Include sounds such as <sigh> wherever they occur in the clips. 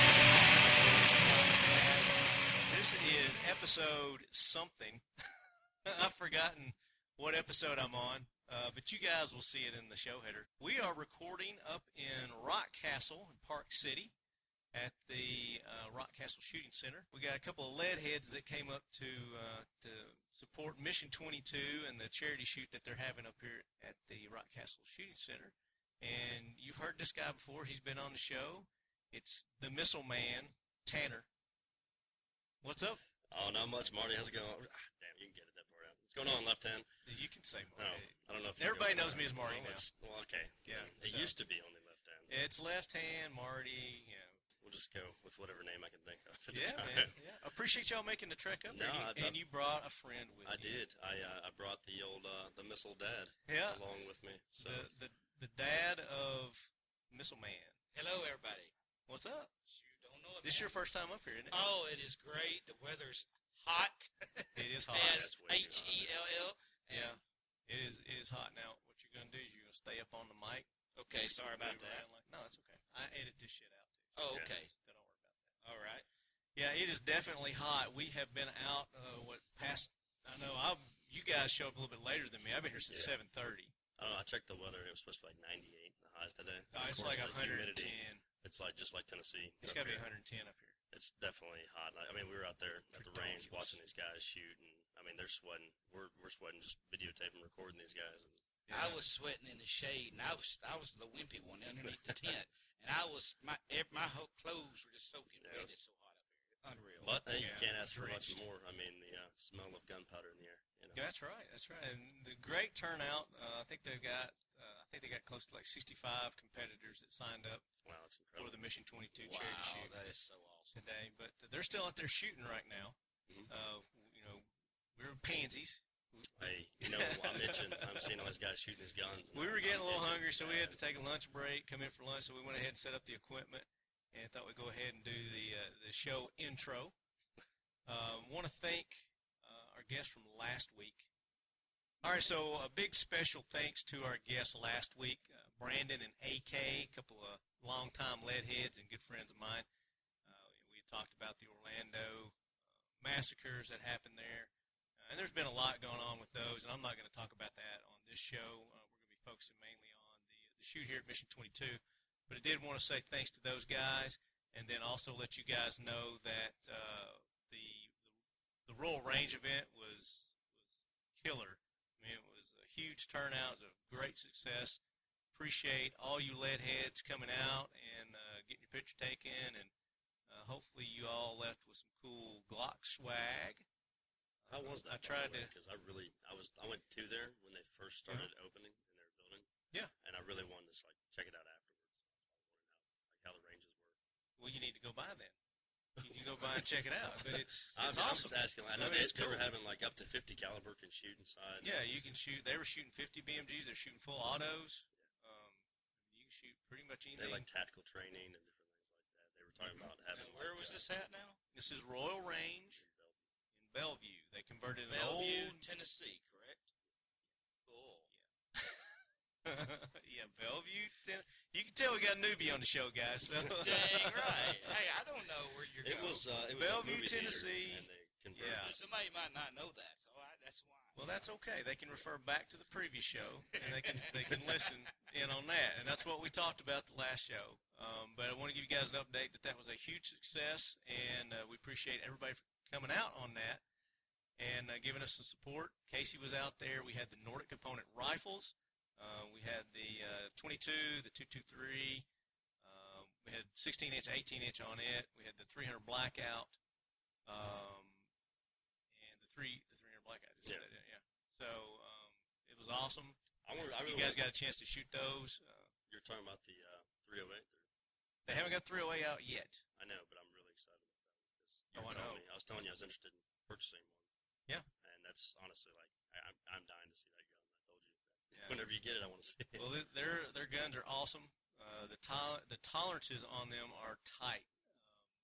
<laughs> forgotten what episode I'm on, uh, but you guys will see it in the show header. We are recording up in Rock Castle in Park City at the uh, Rock Castle Shooting Center. We got a couple of lead heads that came up to uh, to support Mission 22 and the charity shoot that they're having up here at the Rock Castle Shooting Center. And you've heard this guy before; he's been on the show. It's the Missile Man, Tanner. What's up? Oh, not much, Marty. How's it going? Ah, damn, you can get it that far out. What's going on, left hand? You can say No, more. I don't know if Everybody you know knows me as Marty Oh, now. it's- Well, okay. Yeah, It so- used to be only left hand. It's left hand, Marty. You <laughs> know. We'll just go with whatever name I can think of at the Yeah, time. man. Yeah. Appreciate y'all making the trek up there. No, I- and, you, and you brought a friend with I you. did. I uh, I brought the old uh, the missile dad Yeah. along with me. So The, the, the dad of Missile Man. Hello, everybody. What's up? You don't know it. This is man. your first time up here, isn't it? Oh, it is great. The weather's hot. It is Oh, hot. As That's way too hot. H E L L. Yeah. It is it is hot. Now, what you're going to do is you're going to stay up on the mic. Okay, sorry about move that. around Like, no, it's okay. I edit this shit out, too. Oh, Yeah. okay. So don't worry about that. All right. Yeah, it is definitely hot. We have been out uh, what past. I know I you guys show up a little bit later than me. I've been here since Yeah. seven thirty. I don't know. I checked the weather. It was supposed to be like 98, the highs today. Uh, Of it's like course, the 110. humidity, It's like just like Tennessee. It's up got to be 110 here. up here. It's definitely hot. I mean, we were out there at the range Ridiculous. watching these guys shoot, and I mean, they're sweating. We're we're sweating just videotaping, recording these guys. And I was sweating in the shade, and I was I was the wimpy one underneath the <laughs> tent, and I was my ev- my whole clothes were just soaking Yeah, it wet. was- It's so hot up here. Unreal. But hey, you Yeah, can't ask drenched. for much more. I mean, the uh, smell of gunpowder in the air. You know? That's right. That's right. And the great turnout. Uh, I think they've got. Uh, I think they got close to like 65 competitors that signed up Wow, it's for incredible. the Mission 22 wow, charity shoot that is so awesome. today. But they're still out there shooting right now. Mhm. Uh, you know, we're pansies. Hey, you know, I'm itching. I'm seeing all these guys shooting these guns. and We were I'm- getting a I'm little itching. hungry, so we had to And take a lunch break, come in for lunch. So we went ahead and set up the equipment, and thought we'd go ahead and do the uh, the show intro. Uh, Want to thank uh, our guest from last week. All right, so a big special thanks to our guests last week, uh, Brandon and AK, a couple of longtime lead heads and good friends of mine. Uh, we had talked about the Orlando uh, massacres that happened there. Uh, and there's been a lot going on with those, and I'm not going to talk about that on this show. Uh, we're going to be focusing mainly on the, the shoot here at Mission 22. But I did want to say thanks to those guys, and then also let you guys know that uh, the, the the Royal Range event was was killer. I mean, it was a huge turnout. It was a great success. Appreciate all you lead heads coming out and uh, getting your picture taken, and uh, hopefully you all left with some cool Glock swag. How was I that? tried to- because I really, I was, I went to there when they first started opening in their building. Yeah. and I really wanted to just, like check it out afterwards. Like how the ranges were. well, you need to go buy then. You can go buy and check it out. But it's I'm, it's I'm awesome. just asking. <laughs> I know mean, they, it's they were cool. having like up to 50 caliber can shoot inside. Yeah, you can shoot. They were shooting 50 BMGs. They're shooting full autos. Um, you can shoot pretty much they anything. like tactical training and different things like that. They were talking about Now, having. where like, was uh, this at now? this is Royal Range in Bellevue. They converted an Bellevue, old Tennessee, correct? Cool. <laughs> yeah, Bellevue. Ten- you can tell we got a newbie on the show, <laughs> guys. Dang right. Hey, I don't know where you're It going. was uh, it was Bellevue, a movie theater, Tennessee. and they converted Yeah. it. Somebody might not know that, so I, that's why. Well, that's okay. They can refer back to the previous show, and they can they can listen in on that. And that's what we talked about the last show. Um, but I want to give you guys an update that that was a huge success, and uh, we appreciate everybody for coming out on that and uh, giving us some support. Casey was out there. We had the Nordic component rifles. Uh, we had the uh, 22, the 223. Um, we had 16 inch, 18 inch on it. We had the 300 blackout. Um, and the three the 300 blackout. Just Yeah. yeah. That, yeah. So um, it was awesome. Mm-hmm. I, wonder, I really You guys wonder- got a chance to shoot those. Uh, You're talking about the uh, 308. There. they haven't got 308 out yet. I know, but I'm really excited about that one because Oh, you I were telling know. me I was telling you I was interested in purchasing one. Yeah. and that's honestly like I, I'm I'm dying to see that gun. I told you. Yeah. <laughs> Whenever you get it, I want to see it. Well, th- their their guns are awesome. Uh, the tol- the tolerances on them are tight. Um,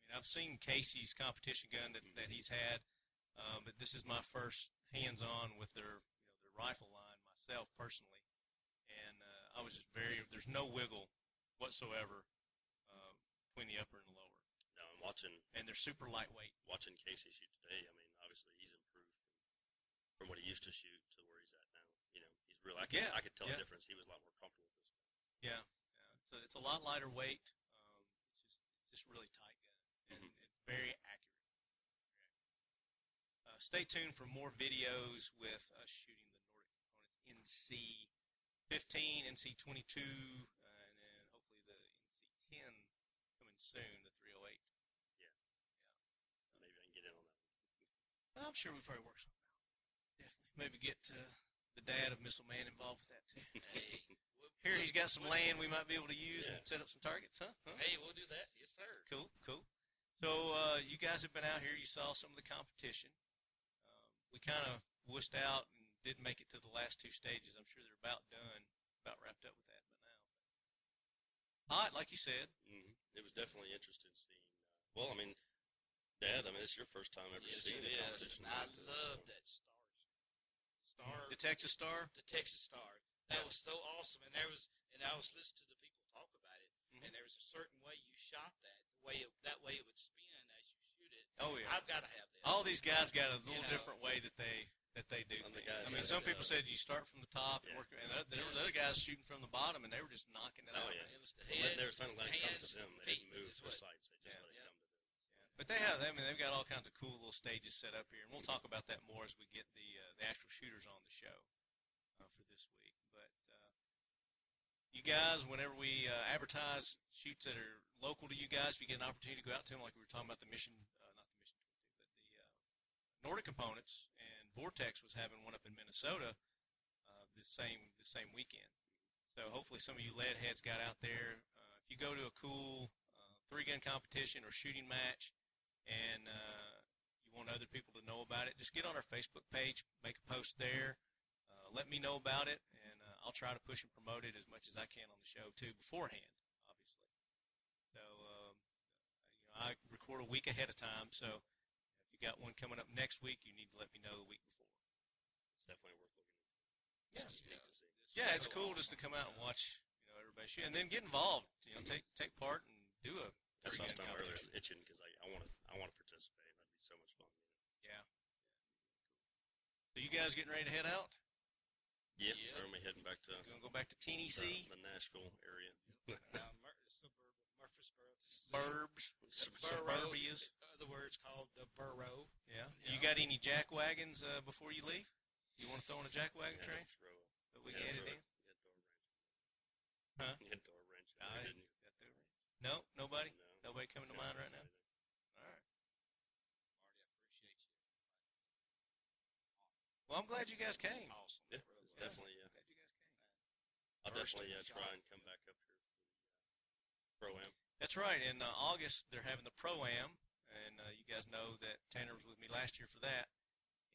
I mean, I've seen Casey's competition gun that, that he's had, um, but this is my first hands-on with their you know their rifle line myself personally, and uh, I was just very there's no wiggle whatsoever uh, between the upper and the lower, No, I'm watching and they're super lightweight. watching Casey shoot today. I mean, obviously he's improved from from what he used to shoot to where he's at now. You know, he's real. I could, Yeah, I could tell yeah. the difference. He was a lot more comfortable with this. Yeah, yeah. It's, a, it's a lot lighter weight. Um, it's just it's just really tight gun and Mhm. it's very accurate. Uh, stay tuned for more videos with us shooting the Nordic components NC 15, NC 22, uh, and then hopefully the NC 10 coming soon, the 308. Maybe I can get in on that. I'm sure we probably work something out. Definitely, maybe get uh, the dad of Missile Man involved with that <laughs> too. Hey, we'll- Here he's got some we'll- land we might be able to use Yeah. and set up some targets, huh? huh? Hey, we'll do that. Yes, sir. Cool, cool. So uh, you guys have been out here. You saw some of the competition. Um, we kind of wussed out and didn't make it to the last two stages. I'm sure they're about done, about wrapped up with that by now. Hot, like you said. hmm It was definitely interesting seeing. Uh, well, I mean, Dad, I mean, it's your first time ever Yes, seeing it a is. And competition I like this, so- love that star. Star. The Texas Star. the Texas Star. That was so awesome, and there was, and I was listening to the people talk about it, and Mhm. there was a certain way you shot that, the way it, that way it would spin as you shoot it. Oh yeah. I've got to have this. All these guys got a little know. different way that they that they do I'm the things. guy I that mean, does some the- people said you start from the top and Yeah. work. And there, there was other guys shooting from the bottom, and they were just knocking it Oh, out. yeah. It was the Well, head. there was time to let it come to hands, them. They feet didn't move is their what- sights. They just Yeah. let it Yeah. come to them. But they have. I mean, they've got all kinds of cool little stages set up here, and we'll talk about that more as we get the uh, the actual shooters on the show uh, for this week. But uh, you guys, whenever we uh, advertise shoots that are local to you guys, if you get an opportunity to go out to them, like we were talking about the mission, uh, not the mission, but the uh, Nordic components, and Vortex was having one up in Minnesota uh, this same the same weekend. So hopefully some of you lead heads got out there. Uh, if you go to a cool uh, three gun competition or shooting match, and uh, you want other people to know about it, just get on our Facebook page, make a post there, uh, let me know about it, and uh, I'll try to push and promote it as much as I can on the show too beforehand, obviously. So um, you know, I record a week ahead of time, so if you got one coming up next week, you need to let me know the week before. It's definitely worth looking into. Yeah. It's just neat to see. This Yeah, was it's so cool just to awesome. come out and watch, you know, everybody shoot, and then get involved. You know, take take part and do a That's three why I was gun talking earlier. I was competition. itching because I, I want to I want to participate. That'd be so much fun. So you guys getting ready to head out? Yeah. Yeah, yeah. Are we heading back to You gonna go back to E Tennessee? the, the Nashville area? Uh, Mur- suburb of Murfreesboro, Mississippi. Burbs. Burrow, Suburbias. other words called the burrow. Yeah. Yeah. You got any jack wagons uh, before you leave? You want to throw in a jack wagon Yeah, train throw a- that we yeah, can edit throw in? a- yeah, throw a wrench. Huh? You had to throw a wrench. in I- there, didn't you? No, nobody. No. Nobody coming to <laughs> No, mind right not now. either. All right. Marty, I appreciate you. Well, I'm glad you guys It's came. awesome. Yeah, It really it's was. definitely. Yeah, Glad you guys came. I'll First definitely uh, shot. try and come back up here for the uh, <laughs> pro am. That's right. In uh, August, they're having the pro am, and uh, you guys know that Tanner was with me last year for that.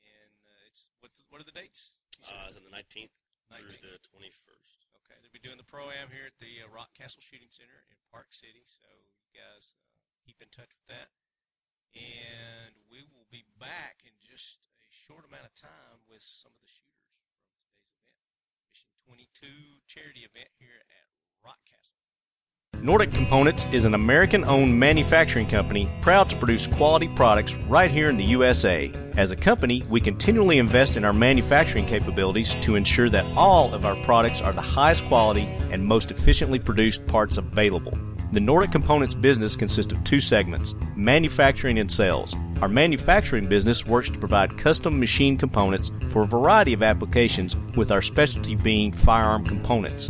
And uh, it's what the, what are the dates? You said? Uh, it's on the nineteenth through 19th. the twenty-first. Okay, they'll be doing the pro am here at the uh, Rock Castle Shooting Center in Park City. So you guys uh, keep in touch with that, and we will be back in just a short amount of time with some of the shooters from today's event, Mission 22 charity event here at Rock Castle. Nordic Components is an American owned manufacturing company proud to produce quality products right here in the USA. As a company, we continually invest in our manufacturing capabilities to ensure that all of our products are the highest quality and most efficiently produced parts available. The Nordic Components business consists of two segments manufacturing and sales. Our manufacturing business works to provide custom machine components for a variety of applications, with our specialty being firearm components.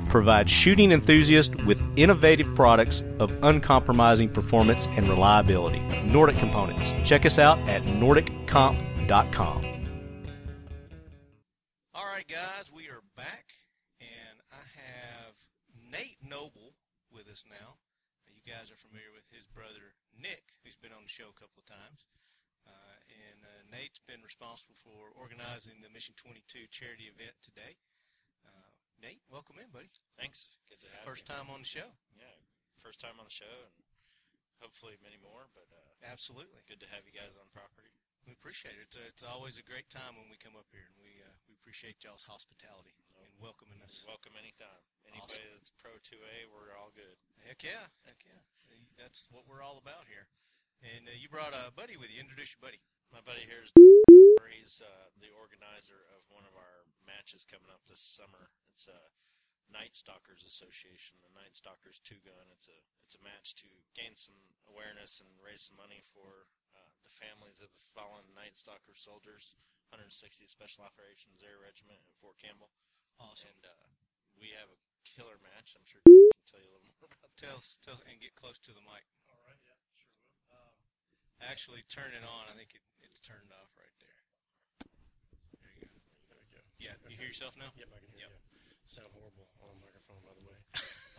provide shooting enthusiasts with innovative products of uncompromising performance and reliability. Nordic Components. Check us out at nordiccomp.com. All right, guys, we are back, and I have Nate Noble with us now. Uh, You guys are familiar with his brother Nick, who's been on the show a couple of times. Uh, and uh, Nate's been responsible for organizing the Mission 22 charity event today. Uh, Nate, welcome in, buddy. Thanks. Good to have First you. time on the show. Yeah, first time on the show, and hopefully many more. But uh, Absolutely. good to have you guys on property. We appreciate it. It's, uh, it's always a great time when we come up here, and we uh, we appreciate y'all's hospitality and welcoming us. Welcome anytime. Anybody Awesome. that's pro 2A, we're all good. Heck yeah, heck yeah. That's what we're all about here. And uh, you brought a buddy with you. Introduce your buddy. My buddy here is he's uh, the organizer of one of our matches coming up this summer. It's uh, Night Stalkers Association, the Night Stalkers Two Gun. It's a it's a match to gain some awareness and raise some money for uh, the families of the fallen Night Stalker soldiers, 160 Special Operations Air Regiment in Fort Campbell. Awesome. And uh, we have a killer match. I'm sure can tell you a little more about that. Tell us, tell, and get close to the mic. All right, yeah, sure will. Um, Actually, turn it on. I think it, it's turned off right there. There you go. There we go. Yeah, you hear yourself now? Yep, I can hear Yep. you. Sound horrible on a microphone, by the <laughs> way.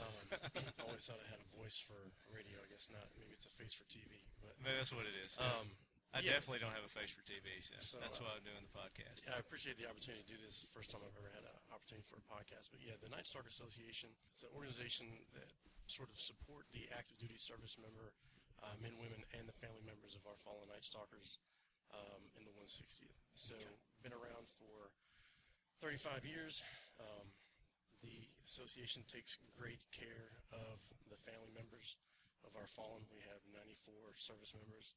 Um, I always thought I had a voice for radio. I guess not. Maybe it's a face for TV. But Maybe that's what it is. um, I yeah. definitely don't have a face for TV, So, so, that's uh, why I'm doing the podcast. yeah, I appreciate the opportunity to do this. First time I've ever had an opportunity for a podcast. But yeah, the Night Stalker Association is an organization that sort of support the active duty service member, uh, men, women, and the family members of our fallen Night Stalkers um, in the 160th. So been around for 35 years. Um, the association takes great care of the family members of our fallen. We have 94 service members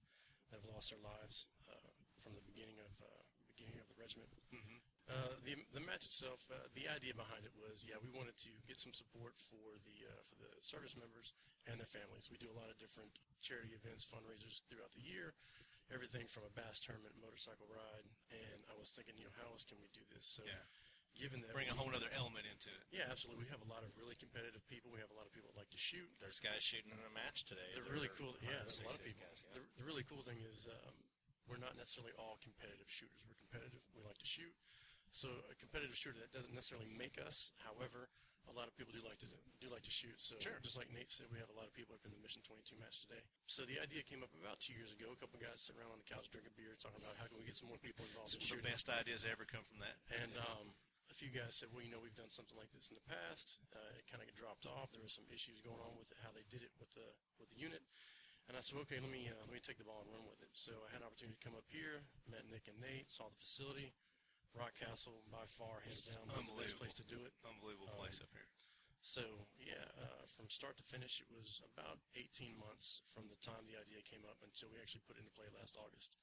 that have lost their lives uh, from the beginning of uh, beginning of the regiment. Uh, the the match itself, uh, the idea behind it was, yeah, we wanted to get some support for the uh, for the service members and their families. We do a lot of different charity events, fundraisers throughout the year, everything from a bass tournament, motorcycle ride, and I was thinking, you know, how else can we do this? So, Yeah. given that Bring a we- whole other element into it. yeah, absolutely. We have a lot of really competitive people. We have a lot of people that like to shoot. There's guys shooting in the match today. The that really are cool, yeah, there's a lot of 160 people. guys, yeah. The, the really cool thing is um, we're not necessarily all competitive shooters. We're competitive. We like to shoot. So a competitive shooter that doesn't necessarily make us. However, a lot of people do like to do like to shoot. So Sure. just like Nate said, we have a lot of people up in the Mission 22 match today. So the idea came up about two years ago. A couple guys sitting around on the couch drinking beer, talking about how can we get some more people involved in Some of shooting. the best ideas that ever come from that. And um, a few guys said, well, you know, we've done something like this in the past. Uh, it kind of got dropped off. There were some issues going on with it, how they did it with the with the unit. And I said, okay, let me uh, let me take the ball and run with it. So I had an opportunity to come up here, met Nick and Nate, saw the facility. Rock Castle, by far, hands down, was the best Unbelievable. place to do it. Um, Unbelievable place up here. So yeah, uh, from start to finish, it was about 18 months from the time the idea came up until we actually put it into play last August.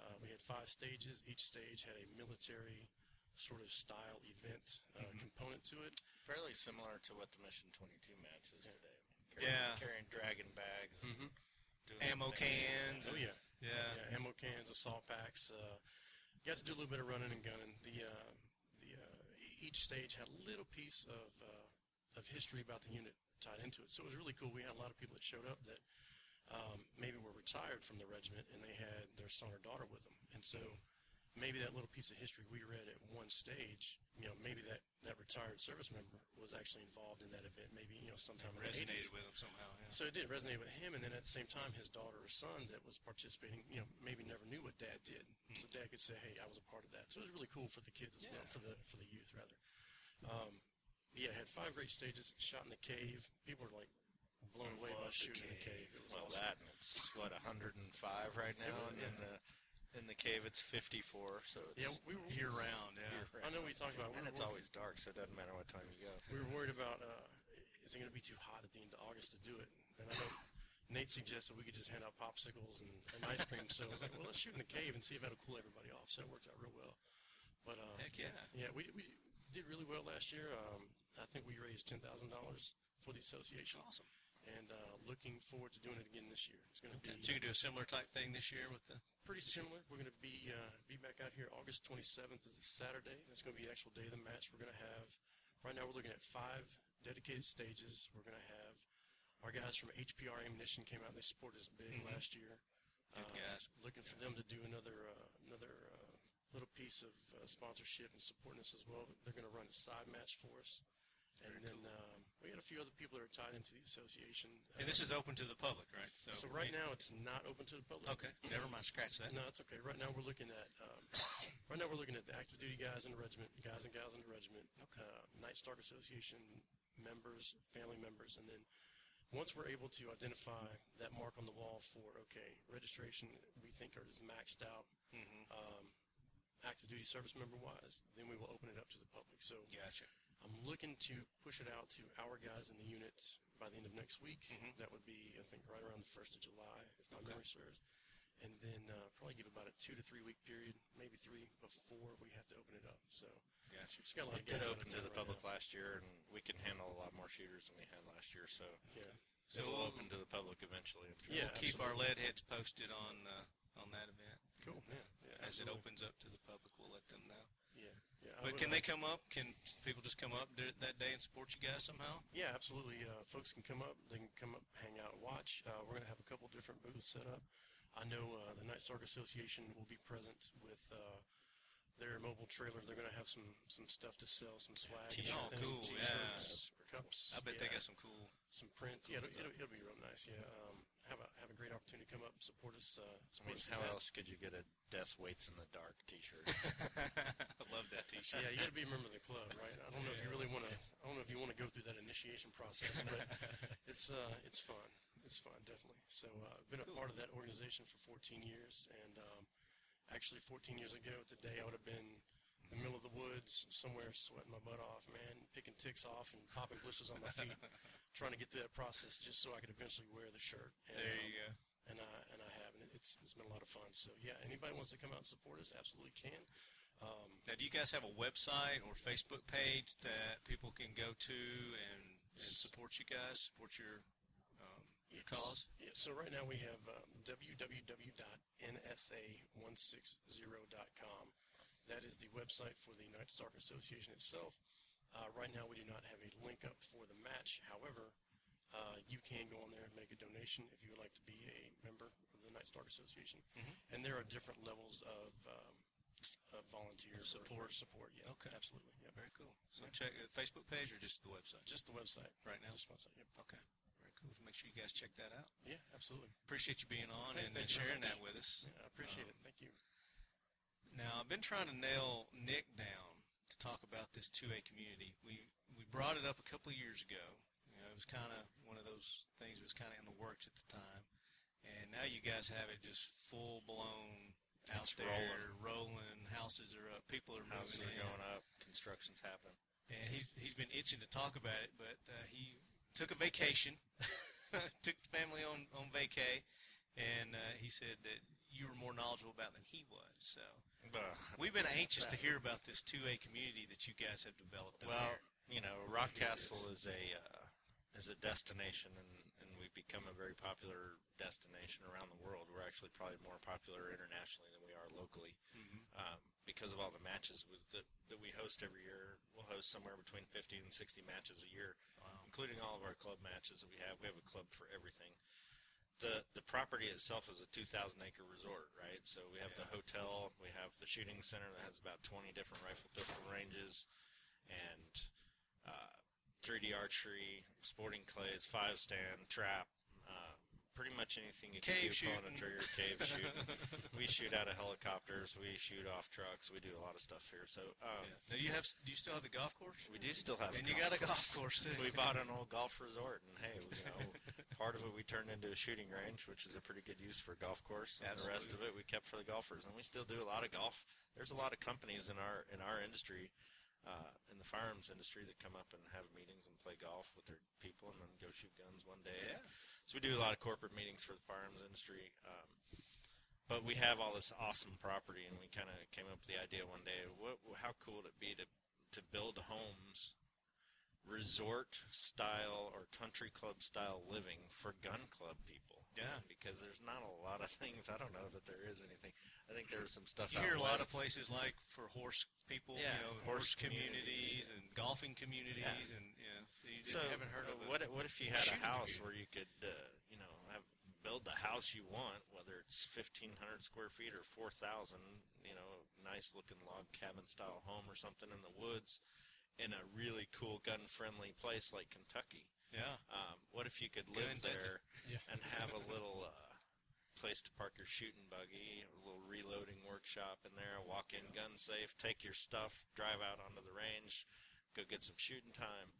Uh, we had five stages. Each stage had a military sort of style event uh, component to it. Mm-hmm. Fairly similar to what the Mission 22 match is today. Yeah. Carrying dragon bags. Mhm. doing some Ammo things. cans. Oh and- yeah, Yeah. yeah, ammo cans, assault packs. Uh, got to do a little bit of running and gunning. The uh, the uh, e- each stage had a little piece of uh, of history about the unit tied into it. So it was really cool. We had a lot of people that showed up that um, maybe were retired from the regiment and they had their son or daughter with them, and so. Maybe that little piece of history we read at one stage, you know, maybe that, that retired service member was actually involved in that event. Maybe, you know, sometime in the 80s. Resonated with them somehow. Yeah. So it did resonate with him, and then at the same time, his daughter or son that was participating, you know, maybe never knew what dad did, Hmm. so dad could say, "Hey, I was a part of that." So it was really cool for the kids as well, Yeah. for the for the youth rather. Um, yeah, had five great stages. Shot in the cave. People were like blown away by shooting in the cave. It was Well, awesome. that and it's what 105 right now, Yeah, and yeah. in the in the cave it's 54. So it's Yeah, we were Year round, yeah. year I know we talked about. and we it's were- always dark, so it doesn't matter what time you go. We were worried about uh, is it going to be too hot at the end of August to do it? And I know Nate suggested we could just hand out popsicles and, and ice cream. So I was like, well, let's shoot in the cave and see if that'll cool everybody off. So it worked out real well. But um, Heck yeah. yeah, we we did really well last year. Um, I think we raised ten thousand dollars for the association. Awesome. And uh, looking forward to doing it again this year. It's going to So be you can do a similar type thing this year with the. pretty similar. We're going to be uh, be back out here August 27th is a Saturday. That's going to be the actual day of the match. We're going to have right now we're looking at five dedicated stages. We're going to have our guys from HPR Ammunition came out. and They supported us big last year. Mm-hmm. Uh, Good guys. Looking for them to do another uh, another uh, little piece of uh, sponsorship and supporting us as well. They're going to run a side match for us, and then um, We had a few other people that are tied into the association. And this is open to the public, right? So right now, it's not open to the public. Okay, never mind. Scratch that. No, it's okay. Right now, we're looking at um, <coughs> right now we're looking at the active duty guys in the regiment, guys and gals in the regiment, uh, Night Stark Association members, family members, and then once we're able to identify that mark on the wall for okay registration, we think it is maxed out. Mm-hmm. Um, active duty service member wise, then we will open it up to the public. So Gotcha. I'm looking to push it out to our guys in the unit by the end of next week. Mm-hmm. That would be, I think, right around the 1st of July, if my memory serves. And then uh, probably give about a two to three week period, maybe three, before we have to open it up. So Gotcha. it's got a lot It of did guys open out to there the right public now. last year, and we can handle a lot more shooters than we had last year. So Yeah. So it'll we'll- open to the public eventually. I'm sure. Yeah. Keep our lead heads posted on uh, on that event Cool. Yeah. yeah as it absolutely. opens up to the public. We'll let them know. Yeah. yeah I But would- can I- they come up? Can people just come up dur- that day and support you guys somehow? Yeah, absolutely. Uh, folks can come up. They can come up, hang out, watch. Uh, we're going to have a couple different booths set up. I know uh, the Night Stark Association will be present with uh, their mobile trailer. They're going to have some some stuff to sell, some swag, and T-shirts. things, Oh, cool, yeah. T-shirts, cups. I bet they yeah, got some cool. some prints. Yeah, it'll, it'll, it'll be real nice. Yeah, um, have a have a great opportunity to come up, support us. Uh, I mean, support us with how that. else could you get a Death Waits in the Dark <laughs> T-shirt? <laughs> I love that T-shirt. Yeah, you got to be a member of the club, right? I don't know if you really want to. I don't know if you want to go through that initiation process, <laughs> but it's uh, it's fun. It's fun, definitely. So uh, I've been a part of that organization for 14 years, and um, actually 14 years ago today, I would have been in the middle of the woods somewhere, sweating my butt off, man, picking ticks off and popping bushes on my feet, <laughs> trying to get through that process just so I could eventually wear the shirt. And, There um, you go. and I and I have, and it's it's been a lot of fun. So yeah, anybody wants to come out and support us, absolutely can. Um, Now, do you guys have a website or Facebook page that people can go to and, and support you guys, support your um, your cause? Yeah, so right now we have um, www.nsa160.com. That is the website for the United Stark Association itself. Uh, right now, we do not have a link up for the match. However, uh, you can go on there and make a donation if you would like to be a member of the Night Stark Association. Mm-hmm. And there are different levels of, um, of volunteer support. support, yeah. Okay. Absolutely. Yep. Very cool. So check the Facebook page or just the website. Just the website. Right now? Just the website. Yep. Okay. Very cool. Make sure you guys check that out. Yeah, absolutely. Appreciate you being on Hey, and, and thank you very sharing much. that with us. Um, Yeah, I appreciate it. Thank you. Now I've been trying to nail Nick down to talk about this 2A community. We we brought it up a couple of years ago. You know, it was kind of one of those things that was kind of in the works at the time, and now you guys have it just full blown out It's there, rolling. Houses are up, people are Houses are moving in, going up. Construction's happening. and he's he's been itching to talk about it, but uh, he took a vacation, <laughs> took the family on on vacay, and uh, he said that you were more knowledgeable about it than he was, so. Bah. We've been anxious to hear about this 2A community that you guys have developed. up Well, there. you know, Rockcastle is a uh, is a destination, and, and we've become a very popular destination around the world. We're actually probably more popular internationally than we are locally um, because of all the matches with the, that we host every year. We'll host somewhere between 50 and 60 matches a year, including all of our club matches that we have. We have a club for everything. The, the property itself is a 2,000 acre resort, right? So we have the hotel, we have the shooting center that has about 20 different rifle pistol ranges, and uh, 3D archery, sporting clays, five stand, trap, uh, pretty much anything you can do Cave pulling shooting. a trigger, <laughs> cave shooting. we shoot out of helicopters, we shoot off trucks, we do a lot of stuff here. So um, Yeah. Now you have, do you still have the golf course? we do still have. and you got a golf course too. We bought an old golf resort, and hey, you know, part of it we turned into a shooting range, which is a pretty good use for a golf course. And the rest of it we kept for the golfers, and we still do a lot of golf. There's a lot of companies in our in our industry, uh, in the firearms industry, that come up and have meetings and play golf with their people, and then go shoot guns one day. Yeah. So we do a lot of corporate meetings for the firearms industry. Um, but we have all this awesome property, and we kind of came up with the idea one day: what, how cool would it be to to build homes resort style or country club style living for gun club people. Yeah. Because there's not a lot of <laughs> things. I don't know that there is anything. I think there was some stuff. You out hear a lot of west. places like for horse people, Yeah, you know, horse horse, communities, communities. and golfing communities, and yeah, you, So you haven't heard uh, of it. what? What if you had a shooting house community. where you could, uh, you know, have build the house you want, whether it's fifteen hundred square feet or four thousand, you know, nice looking log cabin style home or something in the woods, in a really cool gun-friendly place like Kentucky. Yeah. Um, what if you could live Gun Tucky. there Yeah. and have a little uh, place to park your shooting buggy, a little reloading workshop in there, walk in gun safe, take your stuff, drive out onto the range, go get some shooting time,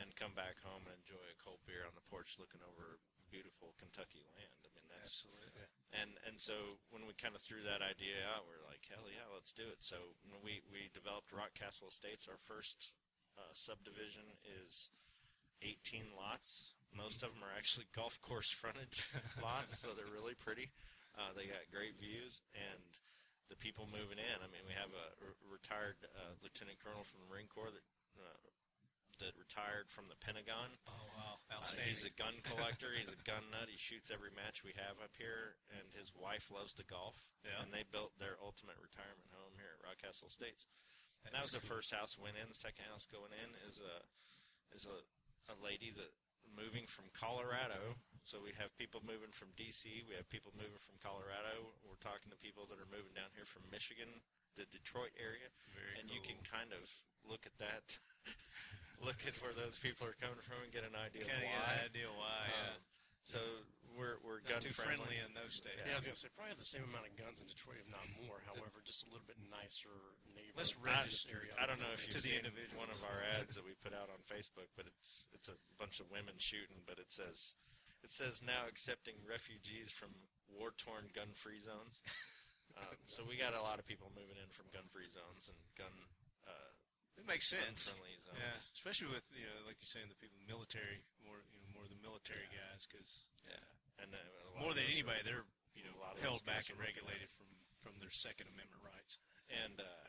and come back home and enjoy a cold beer on the porch looking over beautiful Kentucky land. I mean, that's Absolutely. and and so when we kind of threw that idea out, we are like, hell yeah, let's do it. So when we we developed Rock Castle Estates. Our first uh, subdivision is 18 lots. Most of them are actually <laughs> golf course frontage lots, so they're really pretty. Uh, they got great views and. The people moving in. I mean, we have a re- retired uh, lieutenant colonel from the Marine Corps that uh, that retired from the Pentagon. Oh wow. Uh, Outstanding. he's a gun collector. He's a gun nut. He shoots every match we have up here, and his wife loves to golf. Yeah. And they built their ultimate retirement home here at Rock Castle Estates. And that was That's the first house we went in. The second house going in is a is a, a lady that moving from Colorado. So we have people moving from D.C. We have people moving from Colorado. We're talking to people that are moving down here from Michigan, the Detroit area, Very and you can kind of look at that, <laughs> look at where those people are coming from, and get an idea kind of of get why. an idea why. Um, yeah. so we're we're Oh, gun uh, Not too friendly in those states. Yeah, I was gonna say probably have the same amount of guns in Detroit, if not more. However, just a little bit nicer neighborhood. Let's I, register area. I don't know if To you've the seen individuals. one of our ads that we put out on Facebook, but it's it's a bunch of women shooting, but it says it says now accepting refugees from war torn gun free <laughs> zones. Um, so we got a lot of people moving in from gun free zones and gun uh, <laughs> It makes sense. unfriendly zones. Yeah, especially with you know, like you're saying, the people military more, you know, more the military guys 'cause guys, Yeah. And uh, a lot because more of than those are- anybody, they're you a know lot of held those guys back and are looking at regulated from from their Second Amendment rights. and uh,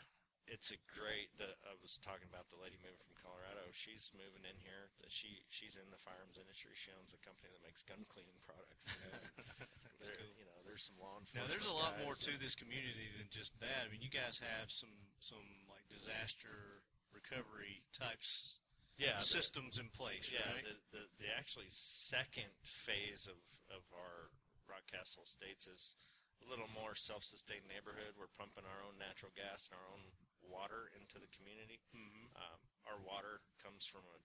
it's a great. The, I was talking about the lady moving from Colorado. She's moving in here. She she's in the firearms industry. She owns a company that makes gun cleaning products. You know, <laughs> There- you know there's some law Now, enforcement. there's a guys lot more that- to this community than just that. I mean, you guys have some some like disaster recovery types yeah the- systems in place, yeah right? the, the the actually second phase of of our Rock Castle Estates is a little more self-sustained neighborhood. We're pumping our own natural gas and our own water into the community. mm-hmm. Um, our water comes from an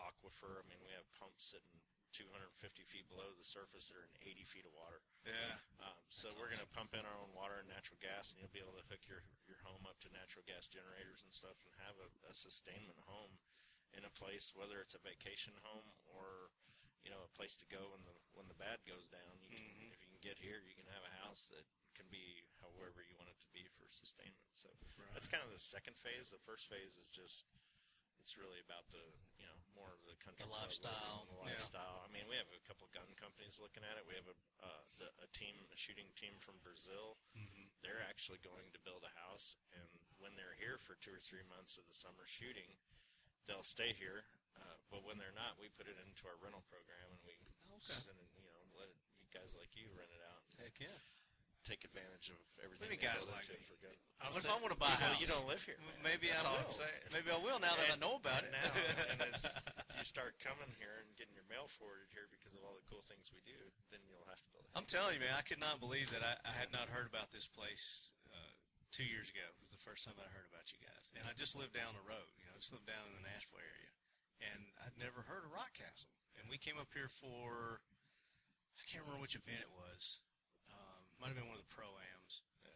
aquifer. I mean, we have pumps sitting 250 feet below the surface that are in 80 feet of water. Yeah. Um, so we're going to pump in our own water and natural gas, and you'll be able to hook your, your home up to natural gas generators and stuff and have a, a sustainment home in a place, whether it's a vacation home or you know a place to go when the when the bad goes down. You can, Mhm. If you can get here, you can have a house that can be however you want it to be for sustainment. So that's kind of the second phase. The first phase is just it's really about the you know more of the country The club living, lifestyle, the yeah. lifestyle. I mean, we have a couple gun companies looking at it. We have a uh, the, a team, a shooting team from Brazil. Mhm. They're actually going to build a house, and when they're here for two or three months of the summer shooting, they'll stay here. Uh, but when they're not, we put it into our rental program, and we Okay. send it, you know let it, guys like you rent it out, and Heck yeah. take advantage of everything. Many they guys build like into me. for gun. What if I want to buy you know, a house? You don't live here. man. Maybe That's I all will. I'm saying. Maybe I will now that I And- know about and it. now, and as <laughs> you start coming here and getting your mail forwarded here because of all the cool things we do, then you'll have to build a house. I'm telling you, man, I could not believe that I, I had not heard about this place uh, two years ago. It was the first time that I heard about you guys, and I just lived down the road. You know, I just lived down in the Nashville area, and I'd never heard of Rock Castle. And we came up here for I can't remember which event it was. Um, might have been one of the pro ams. Yeah.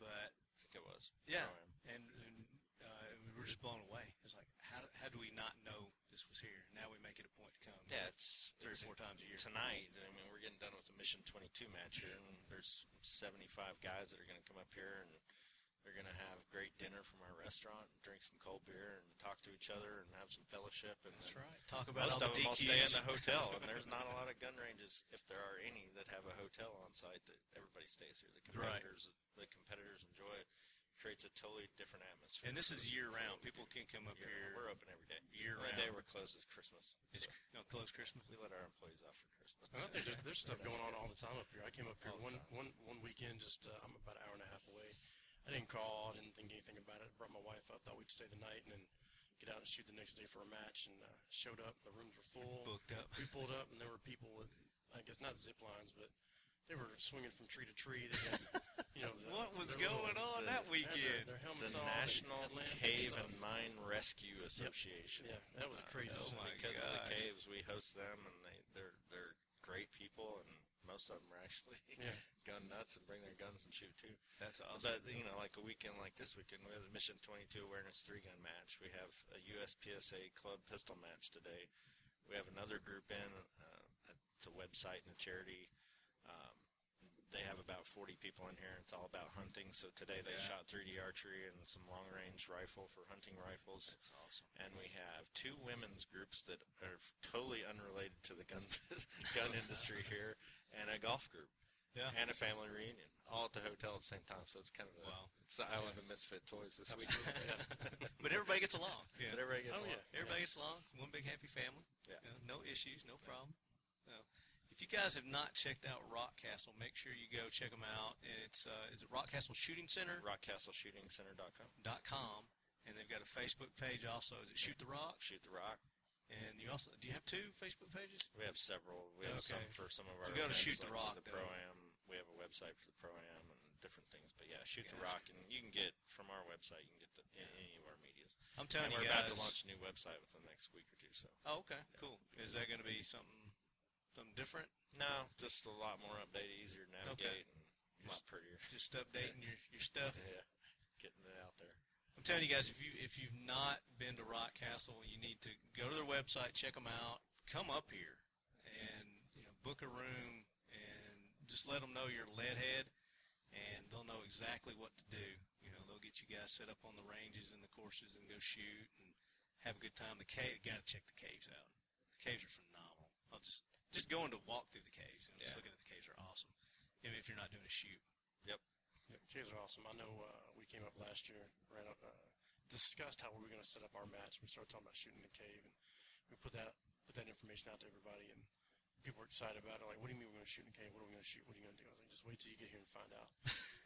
But I think it was. yeah, Pro-Am. and, and uh, we were just blown away. It's like how how do we not know this was here? Now we make it a point to come. Yeah, it's Three or it's four times a year. Tonight, I mean, we're getting done with the Mission 22 match here, and there's 75 guys that are going to come up here, and they're going to have great dinner from our restaurant, and drink some cold beer, and talk to each other, and have some fellowship. And That's then right. Talk about most all of the them will stay in DQs. the hotel, and there's not a lot of gun ranges, if there are any, that have a hotel on site that everybody stays here. The Right. competitors, the competitors enjoy it. Creates a totally different atmosphere. And this is for- year for what round. we People do. can come up Year round. here. We're open every day. The year only day round. we're closed is Christmas. It's so you know, close Christmas. we let our employees off for Christmas. I don't think there's, there's stuff going on all the time up here. I came up here All the one, time. one, one weekend, just uh, I'm about an hour and a half away. I didn't call, I didn't think anything about it. I brought my wife up, thought we'd stay the night, and then get out and shoot the next day for a match. And uh, showed up, the rooms were full. Booked up. We pulled up, and there were people with, I guess not zip lines, but they were swinging from tree to tree. They had, you know, the, <laughs> What was is going on that They had their- weekend? Their The helmets on. National and headlamps Cave stuff. and Mine Rescue Association. Yeah, that was crazy. Oh, my because of the gosh. caves, we host them, and they they're they're great people, and most of them are actually <laughs> Yeah. gun nuts and bring their guns and shoot too. That's awesome. But you know, like a weekend like this weekend, we have the Mission 22 Awareness Three Gun Match. We have a USPSA Club Pistol Match today. We have another group in. Uh, it's a website and a charity. Um, they have about 40 people in here. and It's all about hunting. So today they Yeah. shot 3D archery and some long range rifle for hunting rifles That's awesome. and we have two women's groups that are f- totally unrelated to the gun <laughs> gun industry here, and a golf group, Yeah. and a family reunion, all at the hotel at the same time. So it's kind of a, Wow. it's the island of misfit toys this week. <laughs> but But everybody gets along. Yeah. everybody gets Oh, along. yeah. Everybody gets along. One big happy family. Yeah. You know, no issues, no problem. No. If you guys have not checked out Rock Castle, make sure you go check them out. It's uh, is it Rock Castle Shooting Center RockCastleShootingCenter.com. dot com, and they've got a Facebook page also. Is it Shoot the Rock? Shoot the rock. And you also do you have two Facebook pages? We have several. We have some Okay. for some of our. So go to events, Shoot the like Rock, The though. pro am. We have a website for the pro am and different things. But yeah, shoot the Gotcha. rock, and you can get from our website. You can get the, any of our medias. I'm telling and we're you guys. about to launch a new website within the next week or two. So Oh, okay, cool. Is that going to be something something different? No, just a lot more updated, easier to navigate, and a lot prettier. Just updating your, your stuff. <laughs> Yeah, getting it out there. I'm telling you guys, if you if you've not been to Rock Castle, you need to go to their website, check them out, come up here, and you know, book a room, and just let them know you're lead head, and they'll know exactly what to do. You know, they'll get you guys set up on the ranges and the courses, and go shoot and have a good time. The cave, gotta check the caves out. The caves are phenomenal. I'll just just going to walk through the caves and just Yeah. looking at the caves are awesome. Even if you're not doing a shoot. Yeah, Caves are awesome. I know uh, we came up last year, ran up, uh, discussed how we were going to set up our match. We started talking about shooting in the cave, and we put that put that information out to everybody, and people were excited about it. Like, what do you mean we're going to shoot in the cave? What are we going to shoot? What are you going to do? I was like, just wait till you get here and find out.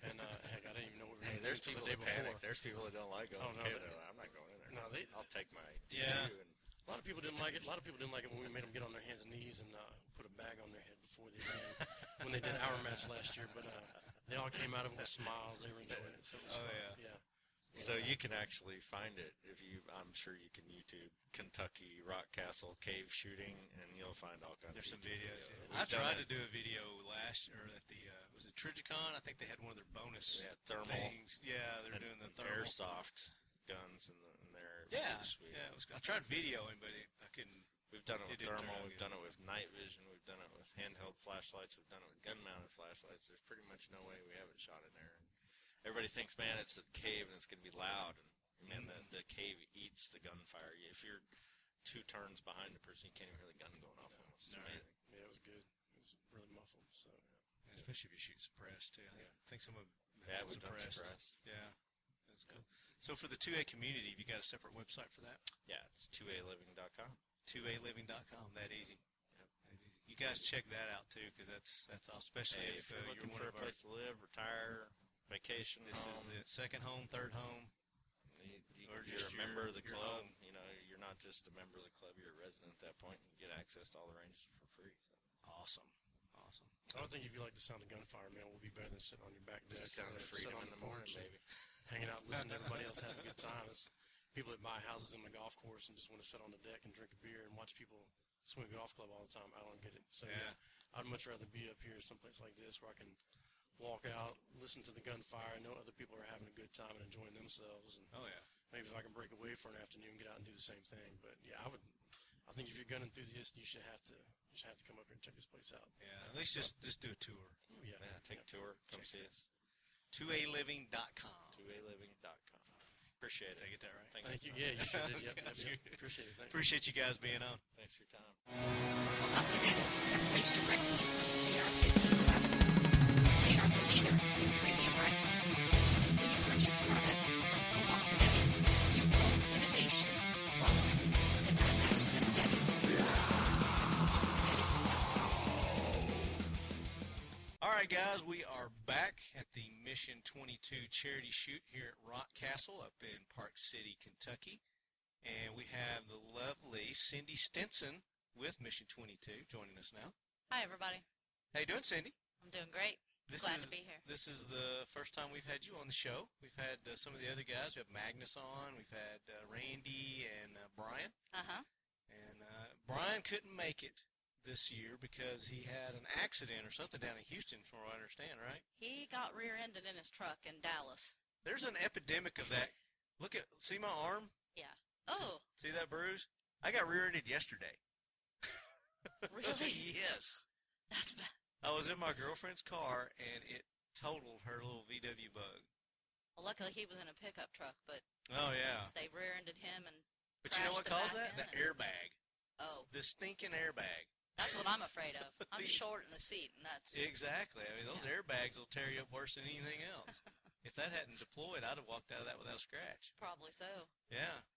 and uh, heck, I didn't even know what we were Hey, going to do there's until people the day that panic. before. There's people that don't like going. Oh, in no, cave. they- They're like, I'm not going in there. No, they- I'll take my Yeah. DQ and A lot of people didn't like it. A lot of people didn't like it when we made them get on their hands and knees and uh, put a bag on their head before they did, when they did our match last year. But uh, they all came out of it with smiles. They were enjoying it. So it was Oh, fun. yeah. yeah. So you can actually find it if you. I'm sure you can YouTube Kentucky Rock Castle cave shooting, and you'll find all kinds. There's of some YouTube videos. videos. I We've done tried it. to do a video last or at the uh, was it Trigicon? I think they had one of their bonus Yeah, thermal things. Yeah, they're and doing the and thermal. airsoft guns in, the, in there. Yeah, Pretty sweet. yeah. It was, I tried videoing, but it, I couldn't. We've done it with It didn't turn thermal. out We've good. done it with night vision. We've done it with handheld flashlights. We've done it with gun-mounted flashlights. There's pretty much no way we haven't shot in there. Everybody thinks, man, it's a cave and it's going to be loud, and man, the, the cave eats the gunfire. If you're two turns behind the person, you can't even hear the gun going off. Almost. It's No. amazing. Yeah, it was good. It was really muffled. So Especially if you shoot suppressed too. I think, I think some of them Yeah, had we've done suppressed. suppressed. Yeah, that's cool. So for the 2A community, have you got a separate website for that? Yeah, it's 2aliving.com. 2aliving.com. That easy. That easy. You guys check that out too, because that's that's awesome. Especially Hey, if, if you're uh, looking one for a of our, place to live, retire, vacation, this is home, it. Second home, third home. You, you, Or you're a just member of your- the your club. own. You know, you're not just a member of the club. You're a resident at that point. You get access to all the ranges for free. So. Awesome, awesome. I don't think if you like the sound of gunfire, man, we'll be better than sitting on your back deck. Sound or of sitting freedom on in the morning, porch and baby. <laughs> Hanging out, listening to everybody else have a good time. It's people that buy houses on the golf course and just want to sit on the deck and drink a beer and watch people swing a golf club all the time. I don't get it. So yeah, I'd much rather be up here someplace like this where I can walk out, listen to the gunfire, know other people are having a good time and enjoying themselves, and Oh yeah. maybe if I can break away for an afternoon, get out and do the same thing. But yeah, I would. I think if you're a gun enthusiast, you should have to. You should have to come up here and check this place out. Yeah, at least just just do a tour. Oh, yeah. Yeah, take a tour. Come see us. 2aliving.com. 2aliving.com. Appreciate it. Did I get that right? Thanks, Thank you. Yeah, you sure <laughs> did. Yep, yep, Okay. yep. Appreciate it. Thanks. Appreciate you guys being on. Thanks for your time. Up the Reynolds. That's Waste Directly. They are 15 level. They are the leader in premium rifles. When you purchase products from Cobalt Kinetics, you own innovation, quality, and unmatched aesthetics. CobaltKinetics.com. All right, guys, we are back at the Mission 22 charity shoot here at Rock Castle up in Park City, Kentucky. And we have the lovely Cindy Stinson with Mission 22 joining us now. Hi, everybody. How you doing, Cindy? I'm doing great. This Glad is, to be here. This is the first time we've had you on the show. We've had uh, some of the other guys. We have Magnus on. We've had uh, Randy and uh, Brian. Uh huh. And uh, Brian couldn't make it this year because he had an accident or something down in Houston, from what I understand, right? He got rear-ended in his truck in Dallas. There's an epidemic of that. Look at, see my arm? <laughs> Oh, See that bruise? I got rear-ended yesterday. really? yes. That's bad. I was in my girlfriend's car and it totaled her little VW bug. Well, luckily he was in a pickup truck, but Oh yeah. they rear-ended him, and But you know what Crashed the caused that? back The end. airbag. oh, The stinking airbag. that's what I'm afraid <laughs> of. I'm The- short in the seat, and that's Exactly. I mean, those airbags will tear you up worse than anything <laughs> else. if that hadn't deployed, I'd have walked out of that without a scratch. probably so. Yeah. Uh,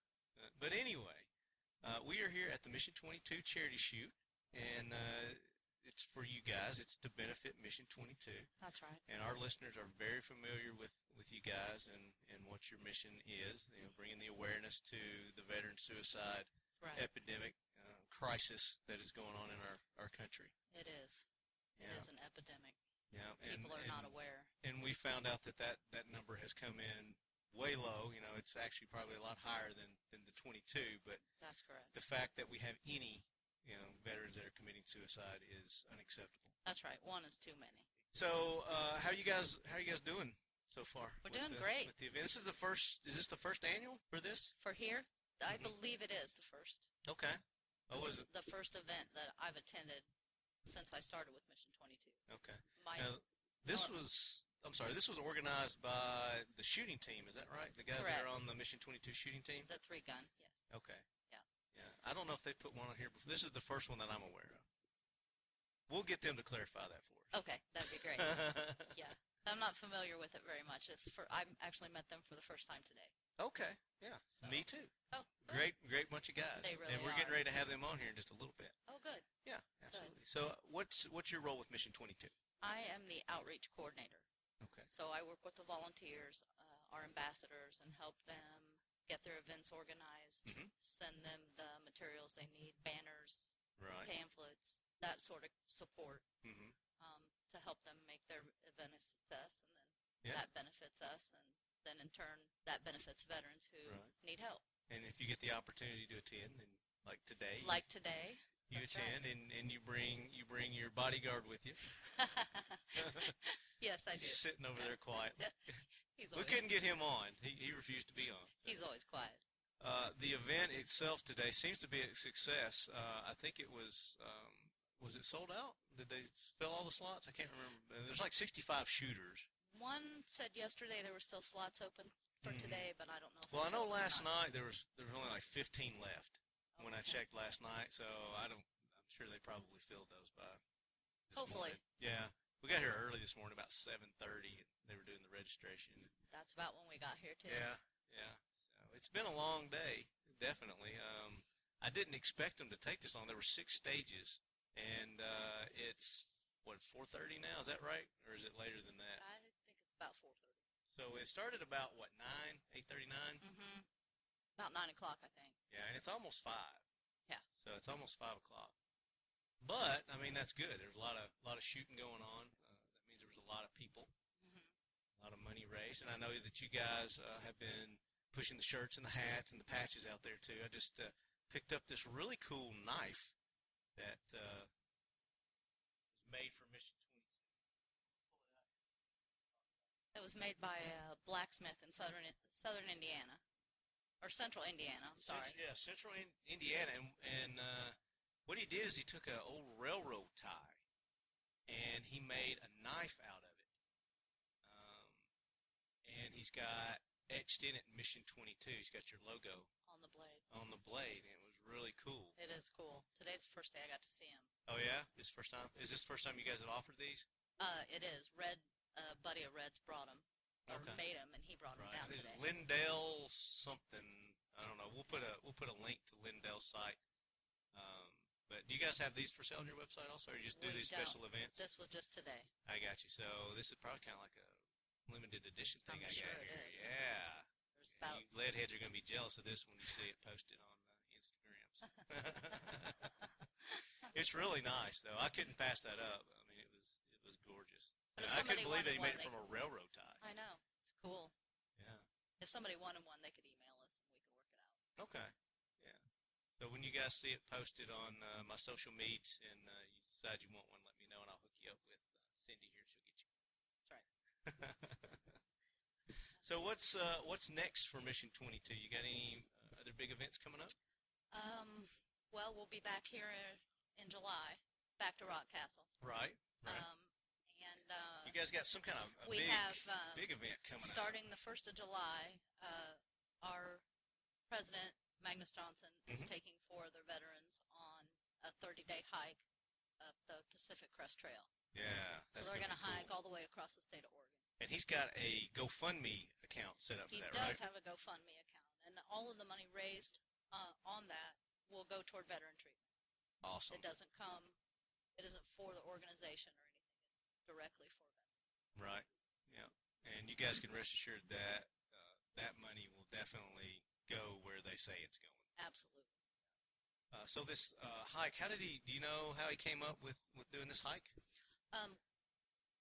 But anyway, uh, we are here at the Mission 22 charity shoot, and uh, it's for you guys. It's to benefit Mission 22. That's right. and our listeners are very familiar with, with you guys and, and what your mission is, you know, bringing the awareness to the veteran suicide Right. epidemic uh, crisis that is going on in our, our country. It is. It is an epidemic. yeah. And, People are and, not aware. and we found out that, that that number has come in way low. You know, it's actually probably a lot higher than, than the 22, but That's correct. the fact that we have any, you know, veterans that are committing suicide is unacceptable. That's right. One is too many. So, uh, how you guys? How you guys doing so far? We're with doing the- great. With the event. This is the first. Is this the first annual for this? For here, I Mhm. believe it is the first. Okay. Oh, This is is the first event that I've attended since I started with Mission 22. it? Okay. My, Now, this uh, was. I'm sorry. This was organized by the shooting team. Is that right? The guys that Correct. are on the Mission 22 shooting team. the three gun, yes. Okay. Yeah. Yeah. I don't know if they put one on here before. This is the first one that I'm aware of. We'll get them to clarify that for us. Okay, that'd be <laughs> great. yeah, I'm not familiar with it very much. It's for I actually met them for the first time today. okay. Yeah. So- Me too. Oh, good. Great, great bunch of guys. They really and we're getting are. ready to have them on here in just a little bit. Oh, good. Yeah, absolutely. So uh, what's what's your role with Mission 22? I am the outreach coordinator, Okay. so I work with the volunteers, uh, our ambassadors, and help them get their events organized, Mhm. send them the materials they need, banners, Right. pamphlets, that sort of support. hmm um, to help them make their event a success, and then Yeah. that benefits us, and then in turn that benefits veterans who Right. need help. And if you get the opportunity to attend, then like today, Like today, you that's attend and, and you bring you bring your bodyguard with you. yes, I do. He's sitting over there quietly. <laughs> He's We always, couldn't get him on. He, he refused to be on. he's always quiet. Uh, the event itself today seems to be a success. Uh, I think it was um, was it sold out? Did they fill all the slots? I can't remember. There's like 65 shooters. One said yesterday there were still slots open for Mhm. today, but I don't know. If Well, I it's know open or last not. night there was there was only like 15 left when I Okay. checked last night, so I don't. I'm sure they probably filled those by. This Hopefully. morning. Yeah, we got here early this morning, about 7:30. and They were doing the registration. That's about when we got here too. Yeah, yeah. So it's been a long day, definitely. Um, I didn't expect them to take this long. There were six stages, and uh, it's what 4:30 now. Is that right, or is it later than that? I think it's about four thirty. So it started about what nine, 8:39. Mm-hmm. About nine o'clock, I think. Yeah, and it's almost five. Yeah. So it's almost five o'clock. But I mean, that's good. There's a lot of lot of shooting going on. Uh, that means there was a lot of people, Mhm. a lot of money raised, and I know that you guys uh, have been pushing the shirts and the hats and the patches out there too. I just uh, picked up this really cool knife that uh, was made for Mission Twenty Two. It was made by a blacksmith in southern southern Indiana, or central Indiana. I'm sorry. Central, yeah, Central in, Indiana, and, and uh, what he did is he took an old railroad tie and he made a knife out of it. Um, and he's got etched in it Mission 22. He's got your logo on the blade. on the blade, and it was really cool. It is cool. Today's the first day I got to see him. Oh yeah, this first time is this the first time you guys have offered these? Uh, it is Red, uh, buddy of Red's brought him or Okay. made him, and he brought him Right. down It's today. Lindell something. I don't know. We'll put a we'll put a link to Lindell's site. Um, but do you guys have these for sale on your website also, or you just do We these don't. special events? This was just today. I got you. So this is probably kind of like a limited edition thing. I'm I sure it got here. is. Yeah. There's And about You leadheads are going to be jealous of this when you see it posted <laughs> <laughs> on uh, Instagram. <laughs> So. it's really nice, though. I couldn't pass that up. I mean, it was it was gorgeous. But if I couldn't somebody believe that he wanted one, made it they from a railroad tie. I know. It's cool. Yeah. If somebody wanted one, they could email us and we could work it out. Okay. Yeah. So when you guys see it posted on uh, my social medias and uh, you decide you want one, let me know and I'll hook you up with uh, Cindy here. She'll get you. That's right. <laughs> so what's uh, what's next for Mission 22? You got any uh, other big events coming up? Um, well, we'll be back here in July, back to Rockcastle. Right. Right. Um, and uh, you guys got some kind of a we big have um, big event coming up. starting the first of July. Uh, our president Magnus Johnson is Mm-hmm. taking four other veterans on a 30-day hike up the Pacific Crest Trail. Yeah. So that's they're going gonna to be cool. hike all the way across the state of Oregon. And he's got a GoFundMe account set up for He that, does right? have a GoFundMe account, and all of the money raised uh, on that will go toward veteran treatment. It awesome. doesn't come, it isn't for the organization or anything. It's directly for veterans. Right. Yeah. And you guys can rest assured that uh, that money will definitely go where they say it's going. Absolutely. Uh, so this uh, hike, how did he? Do you know how he came up with with doing this hike? Um,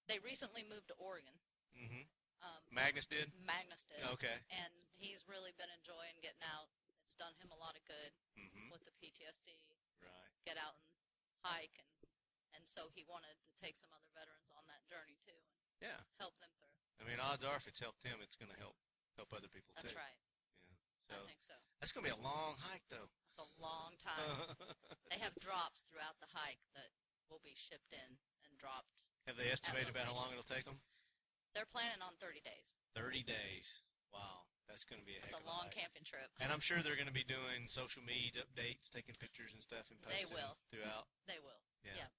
they recently moved to Oregon. Mm-hmm. Um, Magnus did. Magnus did, Okay. and he's really been enjoying getting out. It's done him a lot of good Mm-hmm. with the PTSD. Right. Get out and hike, and and so he wanted to take some other veterans on that journey too, and Yeah. help them through. I mean, odds are, if it's helped him, it's going to help help other people That's too. right. So I think so. that's going to be a long hike, though. It's a long time. <laughs> they have drops throughout the hike that will be shipped in and dropped. Have they estimated about how long it'll locations. take them? They're planning on 30 days. Thirty days. Wow, that's going to be a It's heck a of long hike. camping trip. And I'm sure they're going to be doing social media updates, taking pictures and stuff, and They posting will. throughout. They will. Yeah. Yeah.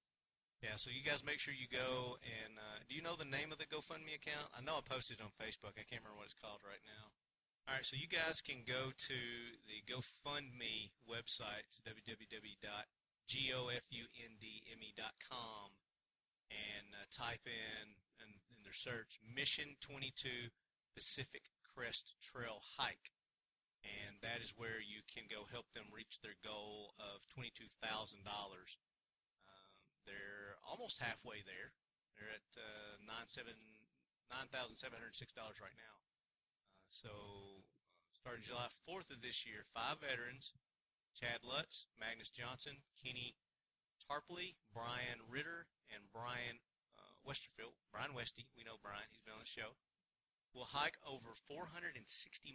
Yeah, so you guys make sure you go and uh, do you know the name of the GoFundMe account? I know I posted it on Facebook. I can't remember what it's called right now. All right, so you guys can go to the GoFundMe website, www.gofundme.com, E and uh, type in in, in their search Mission 22 Pacific Crest Trail Hike. And that is where you can go help them reach their goal of $22,000. Um, they're almost halfway there. They're at uh, nine seven nine thousand seven hundred six dollars right now. Uh, so, uh, starting July fourth of this year, five veterans: Chad Lutz, Magnus Johnson, Kenny Tarpley, Brian Ritter, and Brian uh, Westerfield. Brian Westy, we know Brian; he's been on the show. Will hike over 460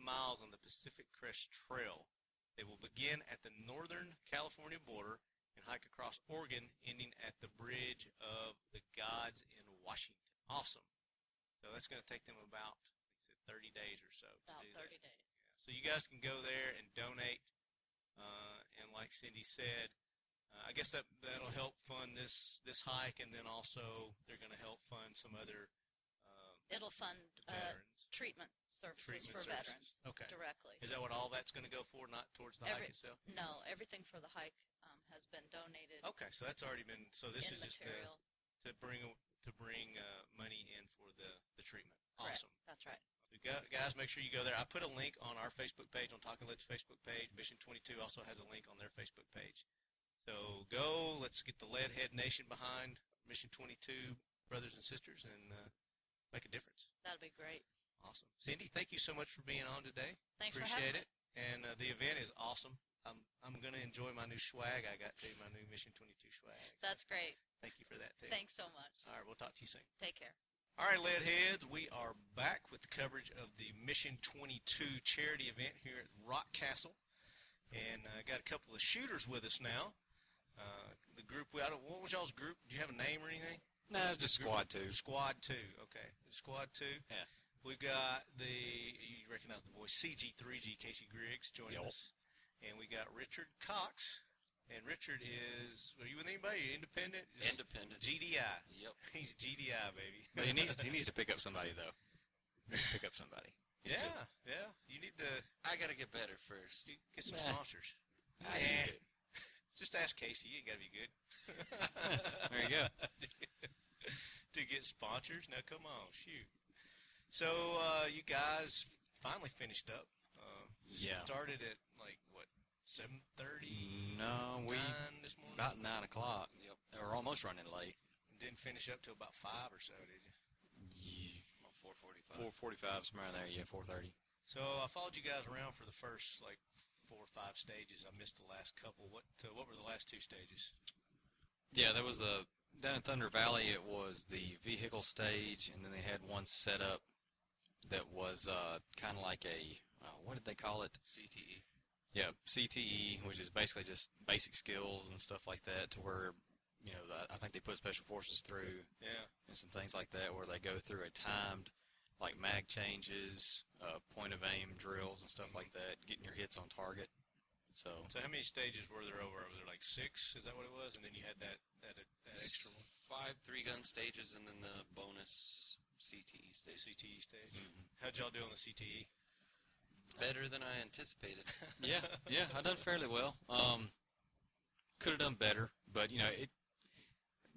miles on the Pacific Crest Trail. They will begin at the northern California border and hike across Oregon, ending at the Bridge of the Gods in Washington. Awesome. So that's going to take them about, like I said, 30 days or so. to About do 30 that. days. So you guys can go there and donate. Uh, and like Cindy said, uh, I guess that that'll help fund this this hike, and then also they're going to help fund some other um, It'll fund uh, veterans. treatment services Treatment for services. veterans Okay. directly. Is that what all that's going to go for? Not towards the Every- hike itself. No, everything for the hike um, has been donated Okay, so that's already been. So this in is just uh, material. to bring to bring uh, money in for the the treatment. Correct. Awesome. That's right. You gu- guys, make sure you go there. I put a link on our Facebook page, on Talking Let's Facebook page. Mission 22 also has a link on their Facebook page. So go. Let's get the Leadhead Nation behind Mission 22, brothers and sisters, and uh, make a difference. That'll be great. Awesome. Cindy, thank you so much for being on today. Thanks for Appreciate having it. And uh, the event is awesome. I'm, I'm going to enjoy my new swag I got too, my new Mission 22 swag. me. That's great. Thank you for that, too. Thanks so much. All right, we'll talk to you soon. Take care. All right, Leadheads, we are back with the coverage of the Mission 22 charity event here at Rock Castle. And uh, got a couple of shooters with us now. Uh, the group, we, I don't, what was y'all's group? Did you have a name or anything? No, it's just squad two. Squad 2, okay. Squad 2. Yeah. We've got the, you recognize the voice, CG3G, Casey Griggs joining Yep. us. And we got Richard Cox. And Richard is, are you with anybody? Are you independent? Just Independent. GDI. Yep. <laughs> He's GDI, baby. But he needs he needs to pick up somebody though. He needs to pick up somebody. Yeah, yeah. You need to I gotta get better first. you get some Nah. sponsors. I can do it. <laughs> Just ask Casey. You ain't got to be good <laughs> There you go. <laughs> to get sponsors. Now, come on, shoot. So uh, you guys finally finished up. Uh, Yeah. Started at like what seven thirty No, we nine this morning. about nine o'clock. Yep. We're almost running late. And didn't finish up till about five or so, did you? 445. Four forty-five, somewhere around there. Yeah, four thirty. So I followed you guys around for the first like four or five stages. I missed the last couple. What uh, what were the last two stages? Yeah, that was the down in Thunder Valley. It was the vehicle stage, and then they had one set up that was uh, kind of like a uh, what did they call it? E. CTE. Yeah, CTE, which is basically just basic skills and stuff like that, to where you know the, I think they put special forces through Yeah. and some things like that, where they go through a timed like mag changes, uh, point of aim drills and stuff like that, getting your hits on target. So So how many stages were there over? Was there like six? Is that what it was? And then you had that that that extra one, Five three gun stages and then the bonus CTE the stage. Mm-hmm. CTE stage. How'd y'all do on the E? CTE? Better than I anticipated. <laughs> yeah, yeah, I <laughs> done fairly well. Um, could have done better, but you know it.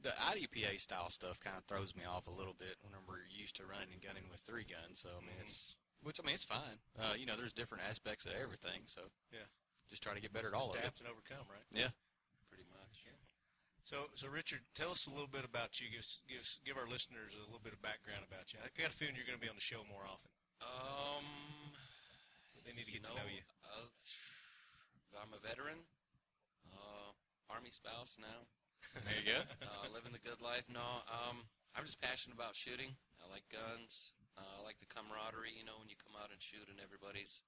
The IDPA style stuff kind of throws me off a little bit whenever we're used to running and gunning with three guns. So I Mm-hmm. mean, it's which I mean it's fine. Uh, you know, there's different aspects of everything. So Yeah. just try to get better at all of it. Adapt and overcome, right? Yeah. Pretty much. So, so Richard, tell us a little bit about you. Give us, give, us, give our listeners a little bit of background about you. I got a feeling you're going to be on the show more often. Um, They need to get to know you. Uh, I'm a veteran, uh, army spouse <laughs> now. There you go. uh, living the good life. No, um, I'm just passionate about shooting. I like guns. Uh, I like the camaraderie, you know, when you come out and shoot and everybody's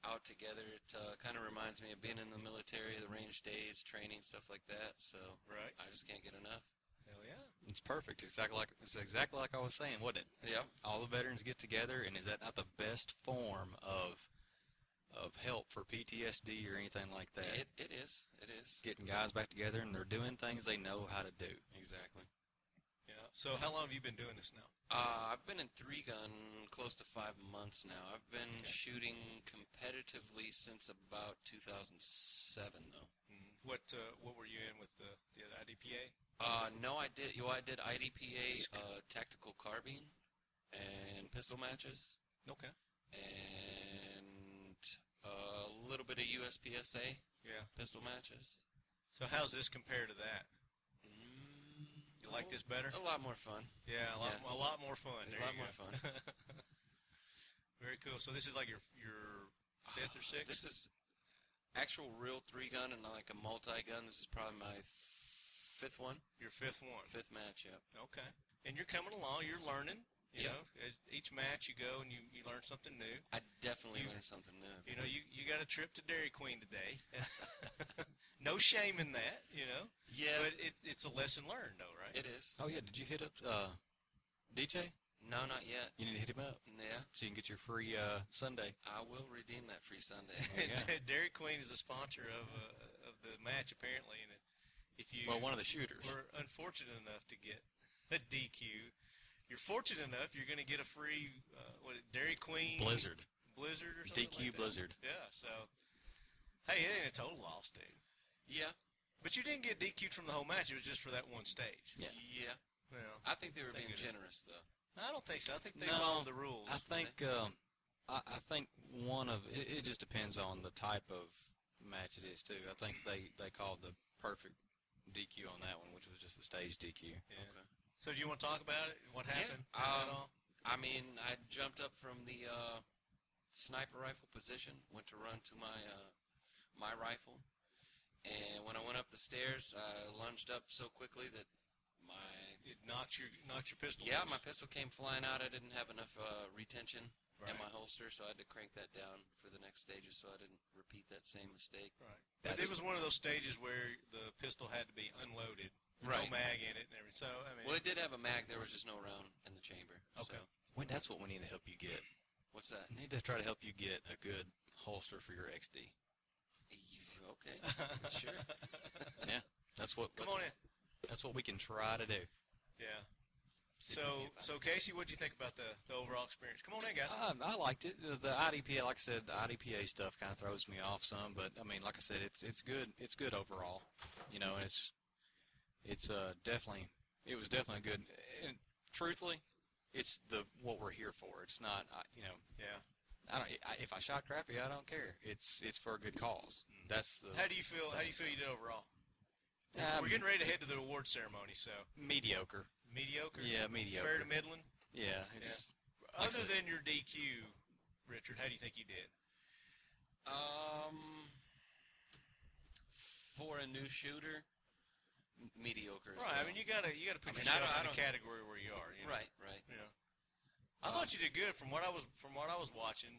out together. It uh, kind of reminds me of being in the military, the range days, training, stuff like that. So Right. I just can't get enough. Hell yeah. Oh, It's perfect. Exactly like it's exactly like I was saying, wasn't it? Yeah. All the veterans get together, and is that not the best form of of help for PTSD or anything like that? It, it is. It is. getting guys back together and they're doing things they know how to do. Exactly. Yeah. So, how long have you been doing this now? Uh, I've been in three gun close to five months now. I've been shooting competitively since about 2007, though. What uh, What were you in with the the other IDPA? Uh, no, I did. Yo, I did IDPA, uh, tactical carbine, and pistol matches, Okay. and uh, a little bit of USPSA Yeah. pistol matches. So, how's this compared to that? You like this better? Mm, A lot more fun. Yeah. A lot, Yeah. A lot more fun. There a lot you more go. fun. <laughs> Very cool. So, this is like your your fifth or sixth. This is actual real three gun and like a multi gun. This is probably my fifth one, your fifth one. fifth match. Yeah. Okay. And you're coming along. You're learning. You Yep. know, At each match you go and you, you learn something new. I definitely You- learned something new. You know, you, you got a trip to Dairy Queen today. <laughs> no shame in that, you know. Yeah, But it, it's a lesson learned, though, right? it is. Oh yeah, did you hit up uh, DJ? No, not yet. You need to hit him up Yeah, so you can get your free uh, Sunday. I will redeem that free Sunday. Oh, <laughs> Yeah. <laughs> Dairy Queen is a sponsor of uh, of the match apparently, and if you Well, one of the shooters. were unfortunate enough to get <laughs> a DQ, you're fortunate enough you're going to get a free uh, what Dairy Queen Blizzard. Blizzard or something DQ like that. Blizzard. Yeah. So hey, it ain't a total loss, dude. Yeah, But you didn't get DQ'd from the whole match. It was just for that one stage. yeah. Well, I think they were Thank being generous goodness. though. I don't think so. I think they No, followed the rules. I think um, I, I think one of it, it just depends on the type of match it is too. I think they they called the perfect DQ on that one, which was just the stage DQ. Yeah. So do you want to talk about it? What happened? Yeah. at all? Um, I mean, I jumped up from the uh, sniper rifle position, went to run to my uh, my rifle, and when I went up the stairs, I lunged up so quickly that my It knocked your knocked your pistol. yeah loose. my pistol came flying out. I didn't have enough uh, retention in Right. my holster, so I had to crank that down for the next stages, so I didn't repeat that same mistake. Right. That, That's- it was one of those stages where the pistol had to be unloaded, Right. no mag in it, and everything. So I mean, Well, it did have a mag. There was just no round Um, in the chamber. Okay. So, When that's what we need to help you get. what's that? I need to try to help you get a good holster for your XD. Okay. <laughs> sure. Yeah, that's what. come that's, on in. That's what we can try to do. Yeah. See if we So can find so Casey, what'd you think about the, the overall experience? Come on in, guys. Um, I liked it. The- The IDPA, like I said, the IDPA stuff kind of throws me off some, but I mean, like I said, it's it's good. It's good overall, you know, and it's it's uh definitely it was definitely good. And truthfully, it's the what we're here for. It's not, I, you know, yeah. I don't. I, if I shot crappy, I don't care. It's it's for a good cause. That's Uh, the. How do you feel? How do you feel you did overall? Um, We're getting ready to head to the award ceremony, so mediocre. mediocre. Yeah, mediocre. Fair to middling. Yeah, it's, Like I Other said- than your DQ, Richard, how do you think you did? Um, for a new shooter, m- mediocre. as Right. I well. mean, you gotta you gotta put I mean, I yourself don't- I in the don't- category where you are. You know? right, right. Yeah. I thought you did good from what I was from what I was watching.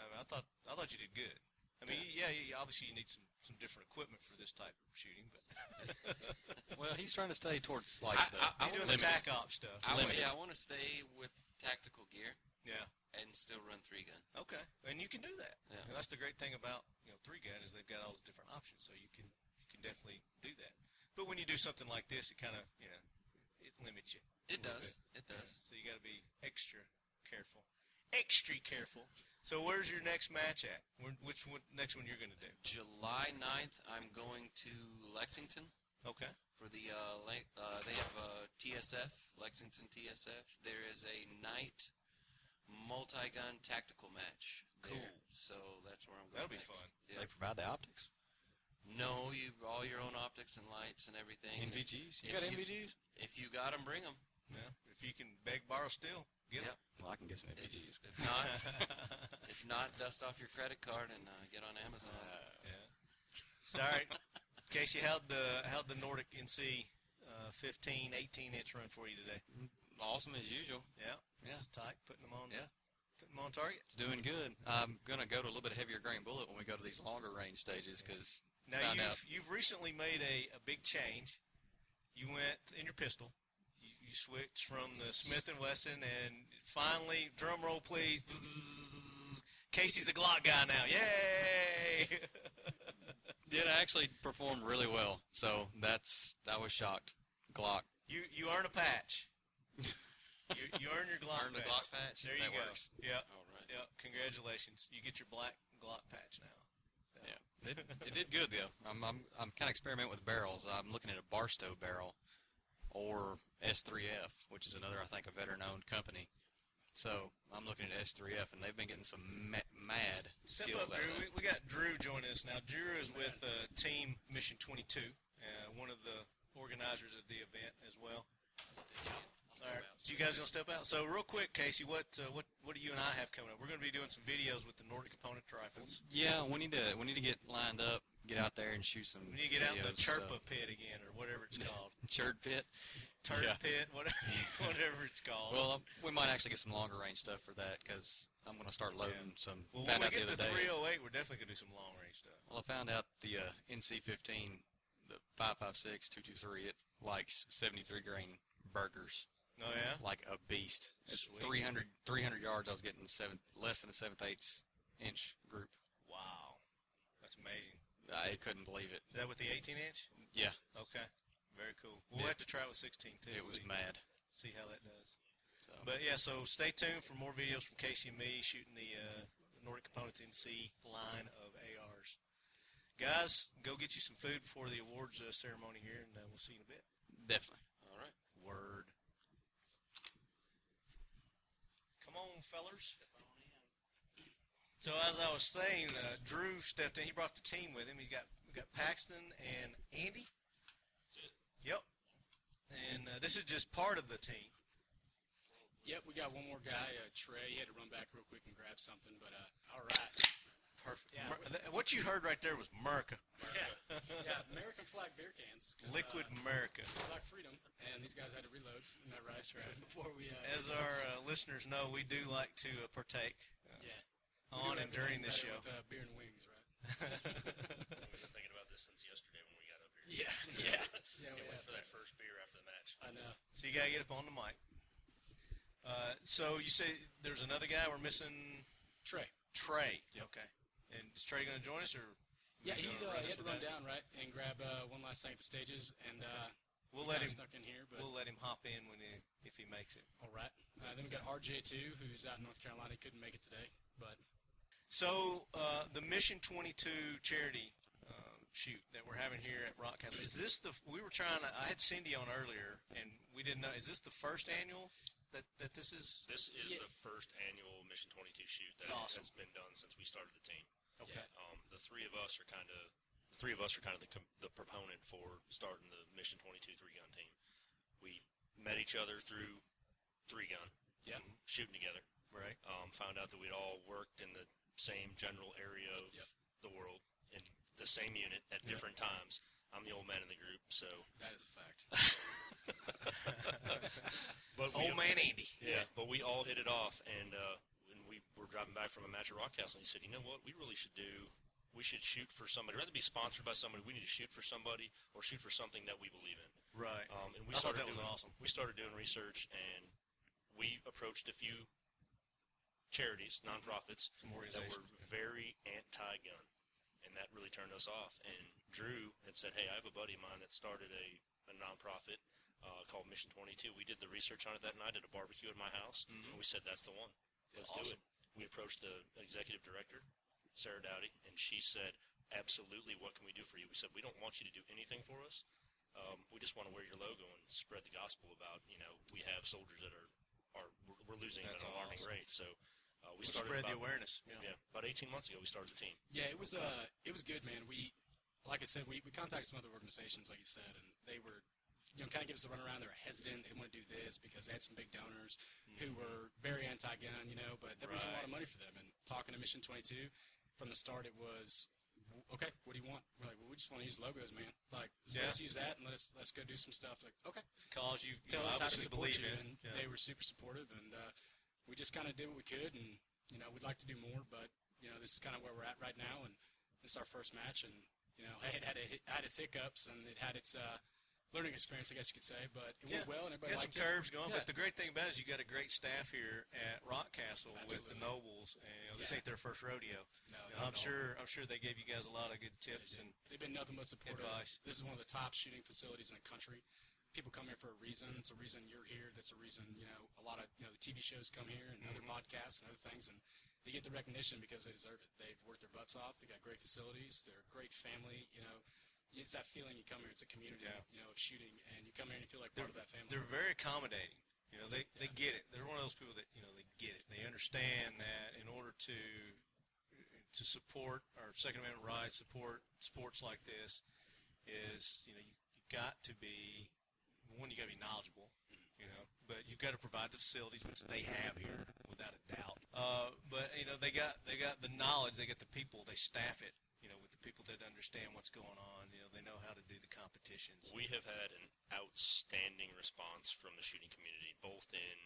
I, mean, I thought I thought you did good. I mean, yeah, you, obviously you need some, some different equipment for this type of shooting, but <laughs> <laughs> Well, he's trying to stay towards like the. I- I- you're doing limited. the tac op stuff. I w- Limited. yeah, I want to stay with tactical gear yeah. and still run three gun. Okay. And you can do that. Yeah. And that's the great thing about you know three gun is they've got all those different options, so you can you can definitely do that. But when you do something like this, it kind of you know it limits you. It a little does. It bit. Yeah, does. So you got to be extra careful, extra careful. So where's your next match at? Where, which one, next one you're going to do? July 9th, I'm going to Lexington Okay. for the uh, Le- uh they have uh, TSF, Lexington TSF. There is a night multi-gun tactical match. there. Cool. So that's where I'm going. That'll be next. fun. Yeah. They provide the optics. No, you all your own optics and lights and everything. And if- NVGs. You if got NVGs? If you got them, bring them. Yeah. If you can beg, borrow, steal, get 'em. Yep. Well, I can get some If, NVGs. if <laughs> not, if not, dust off your credit card and uh, get on Amazon. Yeah. <laughs> Sorry, Casey. How'd the how'd the Nordic NC uh, 15, 18 inch run for you today? Awesome as usual. Yeah. Yeah. It's tight. Putting them on. Yeah. Putting them on target. It's doing good. I'm gonna go to a little bit heavier grain bullet when we go to these longer range stages because Now Found you've <laughs> out. you've recently made a, a big change. You went in your pistol. You, you switched from the Smith and Wesson, and finally, drum roll, please. Casey's a Glock guy now. Yay! <laughs> it actually performed really well. So that's I was shocked. Glock. you you earn <laughs> a patch. You, you earn your Glock Earned the patch. Glock patch? There you That go. works. Yep. All right. Yep. Congratulations. You get your black Glock patch now. Yeah, it, it did good though. I'm I'm, I'm kind of experimenting with barrels. I'm looking at a Barstow barrel, or S3F, which is another I think a veteran-owned company. So I'm looking at S3F, and they've been getting some ma- mad Step skills out up, of Drew. that. We, we got Drew joining us now. Drew is with uh, Team Mission 22, uh, one of the organizers of the event as well. All right, you guys gonna step out? So real quick, Casey, what uh, what what do you and I have coming up? We're gonna be doing some videos with the Nordic component rifles. Yeah, we need to we need to get lined up, get out there and shoot some. We need to get out videos in the and Chirpa stuff. pit again, or whatever <laughs> it's called, Chirp pit. turd Yeah. pit, <laughs> whatever whatever it's called. Well, um, we might actually get some longer range stuff for that because I'm going to start loading some. Well, found when we out the other get the day. 308, we're definitely gonna do some long range stuff. Well, I found out the uh, NC15, the 556, 223, it likes 73 grain burgers Oh yeah, like a beast. It's Sweet. 300, 300 yards, I was getting seven, less than a 7 eighths inch group. wow, that's amazing. I couldn't believe it. Is that with the 18 inch? Yeah, Okay, very cool. We'll Yeah. have to try it with 16 too. it and was see, mad. see how that does. So, But yeah, so stay tuned for more videos from Casey and me shooting the uh, Nordic Components NC line of ARs. Guys, go get you some food before the awards uh, ceremony here, and uh, we'll see you in a bit. definitely. All right. Word. Come on, fellers. So as I was saying, uh, Drew stepped in. He brought the team with him. He's got we got Paxton and Andy. Yep. And uh, this is just part of the team. Yep, we got one more guy, uh, Trey. He had to run back real quick and grab something, but uh, all right. Perfect. what you heard right there was Merca, yeah, American flag beer cans, Liquid America. flag freedom, and these guys had to reload. Isn't that right? So <laughs> before we, uh, As our uh, listeners know, we do like to uh, partake yeah, We uh, do on everything and during this better show. with, uh, beer and wings, <laughs> right? We've been thinking about this since yesterday when we got up <laughs> here. Yeah, yeah, yeah. We Can't wait have. for that first beer after the match. I know. So you gotta get up on the mic. Uh, so you say there's another guy we're missing. Trey. Trey. Okay. And is Trey going to join us, or Yeah, he, uh, gonna run he us had to with run that? down right and grab uh, one last thing at the stages, and uh, we'll he let kinda him? snuck in here. But We'll let him hop in when he, if he makes it. all right. Uh, then we got RJ too, who's out in North Carolina. He couldn't make it today, but So uh, the Mission 22 charity um, shoot that we're having here at Rock House is this the? We were trying. to- I had Cindy on earlier, and we didn't know. Is this the first annual that that this is? This is Yeah. the first annual Mission 22 shoot that Awesome. has been done since we started the team. Okay. Um, the three of us are kind of the three of us are kind of the, com- the proponent for starting the Mission 22 three gun team. We met each other through three gun. Yeah. Shooting together. Right. Um, found out that we'd all worked in the same general area of the world in the same unit at different times. I'm the old man in the group, so. That is a fact. <laughs> but Old man Andy. Yeah, but we all hit it off, and uh, when we were driving back from a match at Rock Castle, and he said, "You know what? We really should do. We should shoot for somebody. Rather be sponsored by somebody. We need to shoot for somebody or shoot for something that we believe in." Right. Um, and we I thought started that was doing, awesome. We started doing research, and we approached a few charities, nonprofits Some that organizations, were very anti-gun, and that really turned us off. And Drew had said, "Hey, I have a buddy of mine that started a, a nonprofit uh, called Mission 22. We did the research on it that night at a barbecue at my house, and Mm-hmm. we said that's the one. Let's do it." We approached the executive director, Sarah Dowdy, and she said, "Absolutely, what can we do for you?" We said, "We don't want you to do anything for us. Um, we just want to wear your logo and spread the gospel about you know we have soldiers that are are we're- we're losing That's at an alarming awesome. rate. So uh, we We'll started spread the about- awareness, yeah. Yeah. about 18 months ago we started the team. Yeah, it was uh, it was good, man. We, like I said, we, we contacted some other organizations, like you said, and they were, you know, kind of give us the runaround. They were hesitant. They didn't want to do this because they had some big donors Mm. who were very anti-gun, you know, but that was a lot of money for them. And talking to Mission 22, from the start, it was, "W- okay, what do you want? We're like, well, we just want to use logos, man. Like, just Yeah. let's use that and let's let's go do some stuff. Like, okay, It's a cause you, you tell us how to obviously support believe you, in. and Yeah. they were super supportive, and uh, we just kind of did what we could, and you know we'd like to do more, but you know this is kind of where we're at right now, and this is our first match, and you know it had it had its hiccups and it had its uh, learning experience, I guess you could say, but it went Yeah. well, and everybody Got some liked curves it. going, Yeah. but the great thing about it is you got a great staff here at Rock Castle with the Absolutely. nobles, and you know, this Yeah. ain't their first rodeo. No, You know, not at I'm all. sure. I'm sure they gave you guys a lot of good tips and They've been nothing but supportive. Advice. This is one of the top shooting facilities in the country. People come here for a reason. It's a reason you're here. That's a reason you know a lot of you know TV shows come here and other Mm-hmm. podcasts and other things, and they get the recognition because they deserve it. They've worked their butts off. They got great facilities. They're a great family. You know, it's that feeling you come here. It's a community. Yeah. You know, of shooting, and you come here and you feel like part of that family. they're very accommodating. You know, they, they get it. They're one of those people that you know they get it. They understand that in order to to support our Second Amendment rights, support sports like this, is you know you've, you've got to be one. You got to be knowledgeable. You know, but you've got to provide the facilities which they have here without a doubt. Uh, but you know they got they got the knowledge. They got the people. They staff it. You know, with the people that understand what's going on. You know, they know how to do the competitions. We have had an outstanding response from the shooting community, both in.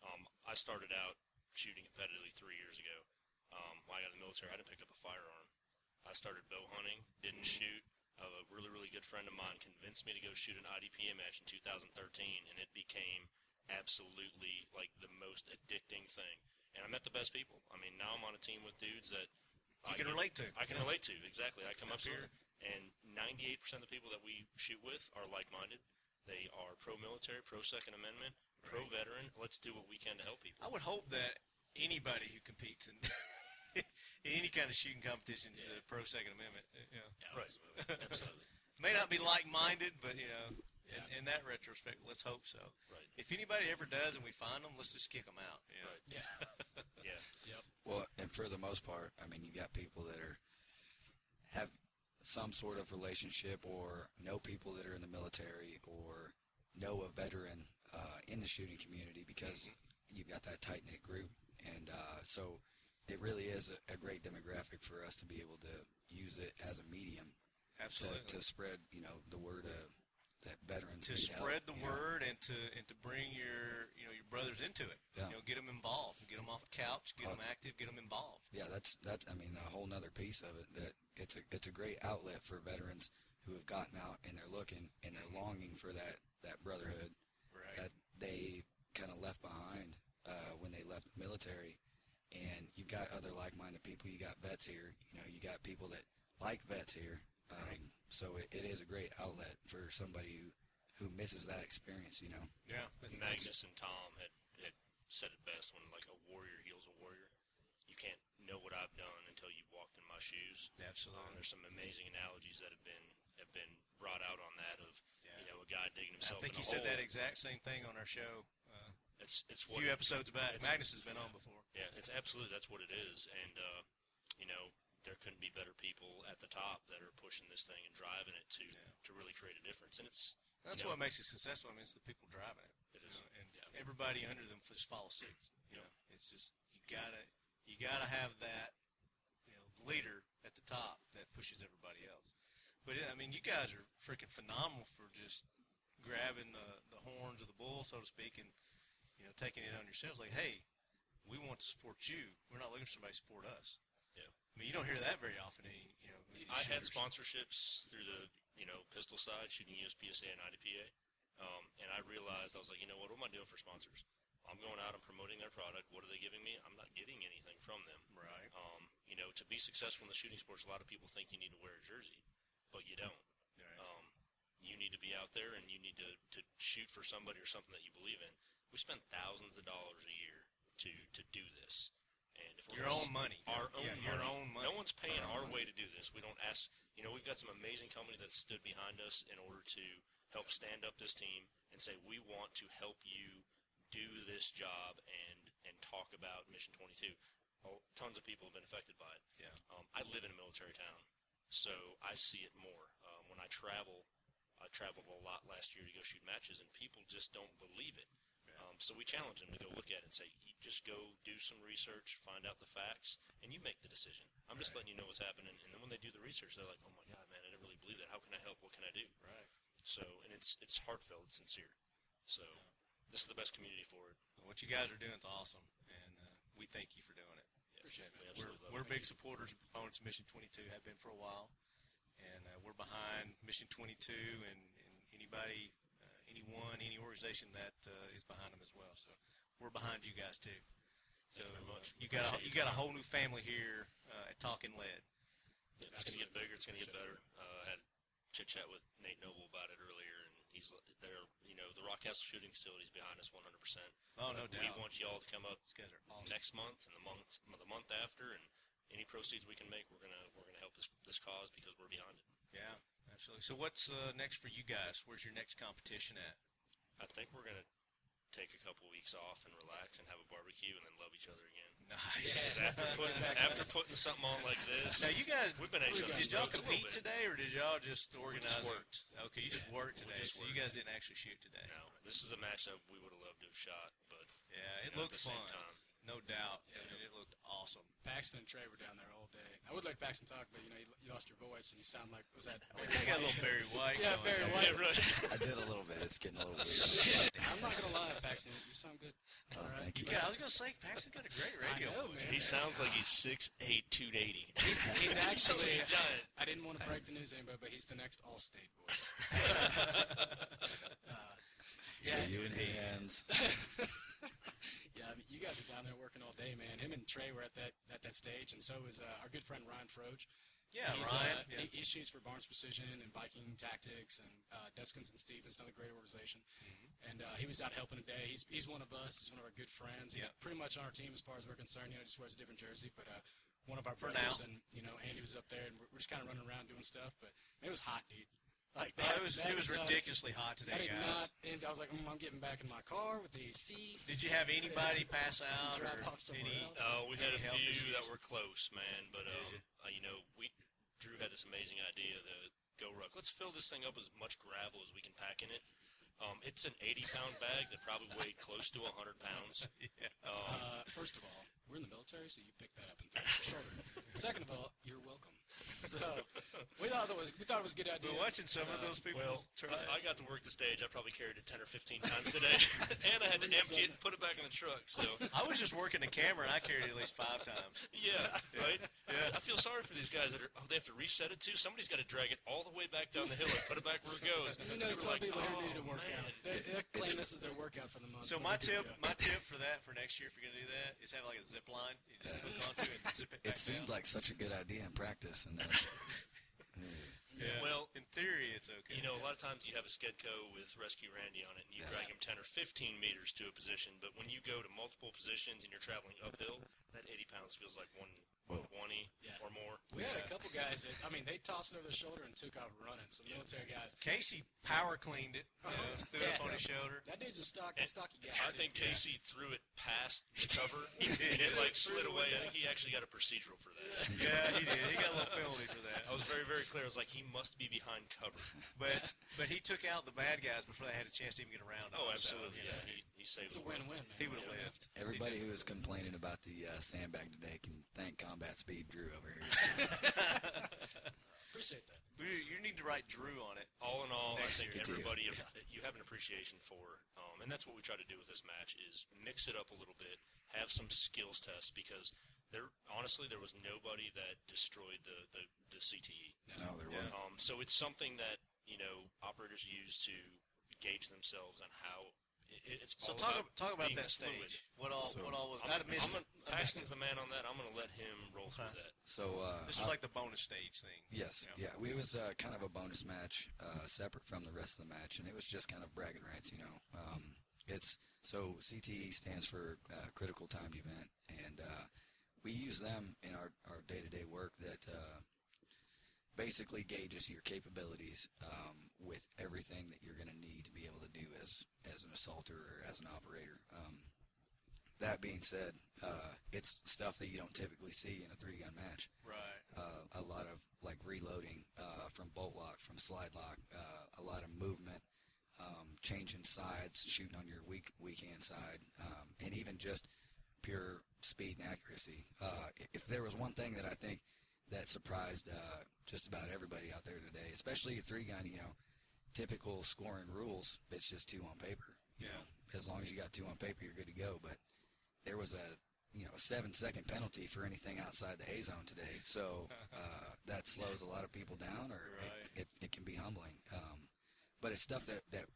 Um, I started out shooting competitively three years ago. Um, when I got in the military, I didn't pick up a firearm. I started bow hunting, didn't shoot. A really, really good friend of mine convinced me to go shoot an IDPA match in 2013, and it became absolutely like the most addicting thing. And I met the best people. I mean, now I'm on a team with dudes that You can relate to. I can Yeah. relate to exactly. I come up here, and 98% of the people that we shoot with are like-minded. They are pro-military, pro-second amendment, pro-veteran. Let's do what we can to help people. I would hope that anybody who competes in, <laughs> in any kind of shooting competition is a pro Second Amendment. uh, You know. Right. Absolutely. <laughs> May not be like minded, but you know, in, in that retrospect, let's hope so. Right. If anybody ever does and we find them, let's just kick them out. You know? Right. yeah. <laughs> Yeah. Well, and for the most part, I mean, you got people that are have some sort of relationship or know people that are in the military or know a veteran uh, in the shooting community because Mm-hmm. you've got that tight knit group, and uh, so it really is a, a great demographic for us to be able to use it as a medium to, Absolutely. to spread, you know, the word of that veterans <laughs> to need help, spread the you know. word and to and to bring your you know your brothers into it. Yeah. You know, get them involved, get them off the couch, get Oh. them active, get them involved. Yeah, that's that's I mean a whole nother piece of it that it's a it's a great outlet for veterans who have gotten out and they're looking and they're longing for that that brotherhood Mm-hmm. Right. that they kind of left behind uh, when they left the military. And you've got other like-minded people. You got vets here. You know, you got people that like vets here. Um, So it, it is a great outlet for somebody who who misses that experience. You know. Yeah, that's, that's Magnus and Tom had, had said it best when like a warrior heals a warrior. You can't know what I've done until you've walked in my shoes. Absolutely. Um, there's some amazing analogies that have been have been brought out on that of you know a guy digging I himself. think in he a said hole. that exact same thing on our show. Uh, It's it's a what few episodes back. it's- Magnus has been on before. Yeah, it's absolutely that's what it is, and uh, you know there couldn't be better people at the top that are pushing this thing and driving it to to really create a difference. And it's That's you know, what makes it successful. I mean, it's the people driving it. It you is. know, and everybody under them just follows suit. You know, It's just you gotta you gotta have that you know, leader at the top that pushes everybody else. But yeah, I mean, you guys are freaking phenomenal for just grabbing the the horns of the bull, so to speak, and you know taking it on yourselves. Like, hey, we want to support you. We're not looking for somebody to support us. Yeah. I mean, you don't hear that very often. any- You know, with these I had shooters. sponsorships through the you know pistol side, shooting USPSA and IDPA, um, and I realized I was like, you know what, what am I doing for sponsors? I'm going out and promoting their product. What are they giving me? I'm not getting anything from them. Right. Um, you know, to be successful in the shooting sports, a lot of people think you need to wear a jersey, but you don't. Right. Um, you need to be out there and you need to, to shoot for somebody or something that you believe in. We spend thousands of dollars a year to to do this, and if we're Your gonna own s- money. our Yeah, own your money. own money. No one's paying Our our own way to do this. We don't ask. You know, we've got some amazing company that stood behind us in order to help stand up this team and say we want to help you do this job and and talk about Mission 22. Oh, tons of people have been affected by it. Yeah. Um, I live in a military town, so I see it more um, when I travel. I traveled a lot last year to go shoot matches, and people just don't believe it. Um, so we challenge them to go look at it and say, you just go do some research, find out the facts, and you make the decision. I'm just letting you know what's happening. And then when they do the research, they're like, oh my God, man, I didn't really believe that. How can I help? What can I do? Right. So, and it's it's heartfelt, it's sincere. So, this is the best community for it. What you guys are doing is awesome, and uh, we thank you for doing it. Yeah, Appreciate it. We're, We absolutely love we're it. big supporters and proponents of Mission 22, have been for a while, and uh, we're behind Mission 22 and, and anybody, uh, anyone, any organization that uh, is behind them as well. So we're behind you guys too. So Thank you very uh, much. We you got a, appreciate you got a whole new family here uh, at Talking Lead. Yeah, it's going to get Absolutely. bigger. It's going to get Appreciate better. Uh, I had chit chat with Nate Noble about it earlier, and he's l- there. You know, the Rockcastle shooting facility is behind us 100. percent Oh, Uh, no We doubt. want you all to come up These guys are awesome. next month and the month the month after, and any proceeds we can make, we're gonna we're gonna help this this cause because we're behind it. Yeah, absolutely. So what's uh, next for you guys? Where's your next competition at? I think we're gonna take a couple weeks off and relax and have a barbecue and then love each other again. Nice. 'Cause <laughs> after putting after putting something on like this, Now you guys, we've been at each other's did y'all throats a little compete bit. today, or did y'all just organize? it? worked. Okay, you just Yeah, worked we today, just so you worked. guys didn't actually shoot today. No, this is a match that we would have loved to have shot, but Yeah, it you know, looked at the fun, same time. no doubt. I mean, it looked awesome. Paxton and Trey were down there all day. I would let Paxton talk, but you know, you, you lost your voice and you sound like was that? <laughs> I got a little Barry White. <laughs> yeah, going Barry there. White. Yeah, really. <laughs> I did a little bit. It's getting a little weird. I'm not gonna lie, Paxton, you sound good. Oh, thanks. Yeah, I was gonna say Paxton got a great radio. I know, voice. man. He sounds like he's 6'8", 280. He's, <laughs> he's actually. a giant. I didn't want to break the news to anybody, but he's the next All-State <laughs> Uh, voice. Yeah, you and hands. <laughs> Yeah, I mean, you guys are down there working all day, man. Him and Trey were at that at that stage, and so was uh, our good friend Ryan Froge. Yeah, He's, Uh, Ryan. yeah. he, he shoots for Barnes Precision and Viking Tactics and uh, Deskins and Stevens, another great organization. Mm-hmm. And uh, he was out helping today. He's, he's one of us. He's one of our good friends. He's Yeah. pretty much on our team as far as we're concerned. You know, just wears a different jersey, but uh, one of our For brothers. now. And you know, Andy was up there, and we're, we're just kind of running around doing stuff. But it was hot, dude. Like Oh, that, it was it that's, was uh, ridiculously hot I today, did not. guys. And I was like, mm, I'm getting back in my car with the AC. Did you have <laughs> <laughs> anybody pass out Drive or off somewhere any? else. Oh, we had a Any health few issues? that were close, man. But um, ya? uh, you know, we Drew had this amazing idea to go ruck. Let's fill this thing up with as much gravel as we can pack in it. Um, it's an 80-pound bag that probably weighed close to 100 <laughs> pounds. Um, Uh, first of all, we're in the military, so you pick that up and throw it on your shoulder. <laughs> Second of all, you're welcome. So we thought that was we thought it was a good idea. We're watching some So, of uh, those people. well, turn I, I got to work the stage. I probably carried it 10 or 15 times today, <laughs> and I had to empty it and put it back in the truck. So I was just Oh, working the camera, and I carried it at least five times. <laughs> yeah, right. I, I feel sorry for these guys that are. Oh, they have to reset it too. Somebody's got to drag it all the way back down the hill and put it back where it goes. You They know, were some like, people here "Oh, need to work out. man." They, they claim this is their workout for the month. So but my we didn't tip, do my tip for that for next year, if you're gonna do that, is have like a zip line. You just hook onto it <laughs> and zip it back It seemed down. like such a good idea in practice, and uh, then <laughs> yeah. Well, in theory, it's okay. You know, a lot of times you have a Skedco with Rescue Randy on it, and you drag him 10 or 15 meters to a position. But when you go to multiple positions and you're traveling uphill, that 80 pounds feels like one, 120 Yeah. or more. We had a couple guys that I mean, they tossed it over their shoulder and took off running. Some military guys. Casey Uh-huh. power cleaned it, you know, threw it up on his shoulder. That dude's a stock, And stocky guy. I too. think Casey threw it past <laughs> the cover. it like slid away. I think he actually got a procedural for that. yeah, he did. He got a little penalty for that. I was very, very clear. I was like, he must be behind <laughs> cover. But but he took out the bad guys before they had a chance to even get around. Oh, him, so, you absolutely. Yeah, know, he, he saved It's a the world. win-win, man. he would have lived. Everybody who was complaining about the uh, sandbag today can thank Combat Speed Drew over here. <laughs> Appreciate that. You, you need to write Drew on it. All in all, I Next think year. everybody <laughs> you have an appreciation for, um, and that's what we try to do with this match is mix it up a little bit, have some skills tests because there honestly there was nobody that destroyed the the, the CTE. no, there Yeah. weren't. Um, so it's something that you know operators use to gauge themselves on how it- it, it's. So all talk about ab- talk about being that fluid. stage. What all what all was I'm, I'd have missed it. I'm gonna- Paxton's the man on that. I'm going to let him roll through that. So uh, This I- was like the bonus stage thing. Yes, Yeah. yeah. We was uh, kind of a bonus match, uh, separate from the rest of the match, and it was just kind of bragging rights, you know. Um, it's so CTE stands for uh, critical timed event, and uh, we use them in our our day to day work that uh, basically gauges your capabilities um, with everything that you're going to need to be able to do as as an assaulter or as an operator. Um, that being said, uh, it's stuff that you don't typically see in a three gun match Right. uh, a lot of like reloading uh, from bolt lock, from slide lock, uh, a lot of movement, um, changing sides, shooting on your weak weak hand side, um, and even just pure speed and accuracy. Uh, i- if there was one thing that I think that surprised uh, just about everybody out there today, especially a three gun, you know, typical scoring rules, it's just two on paper. You Yeah. know, as long as you got two on paper, you're good to go. But there was a you know a seven second penalty for anything outside the A zone today. So uh, that slows a lot of people down, or Right. it, it, it can be humbling. Um, but it's stuff that, that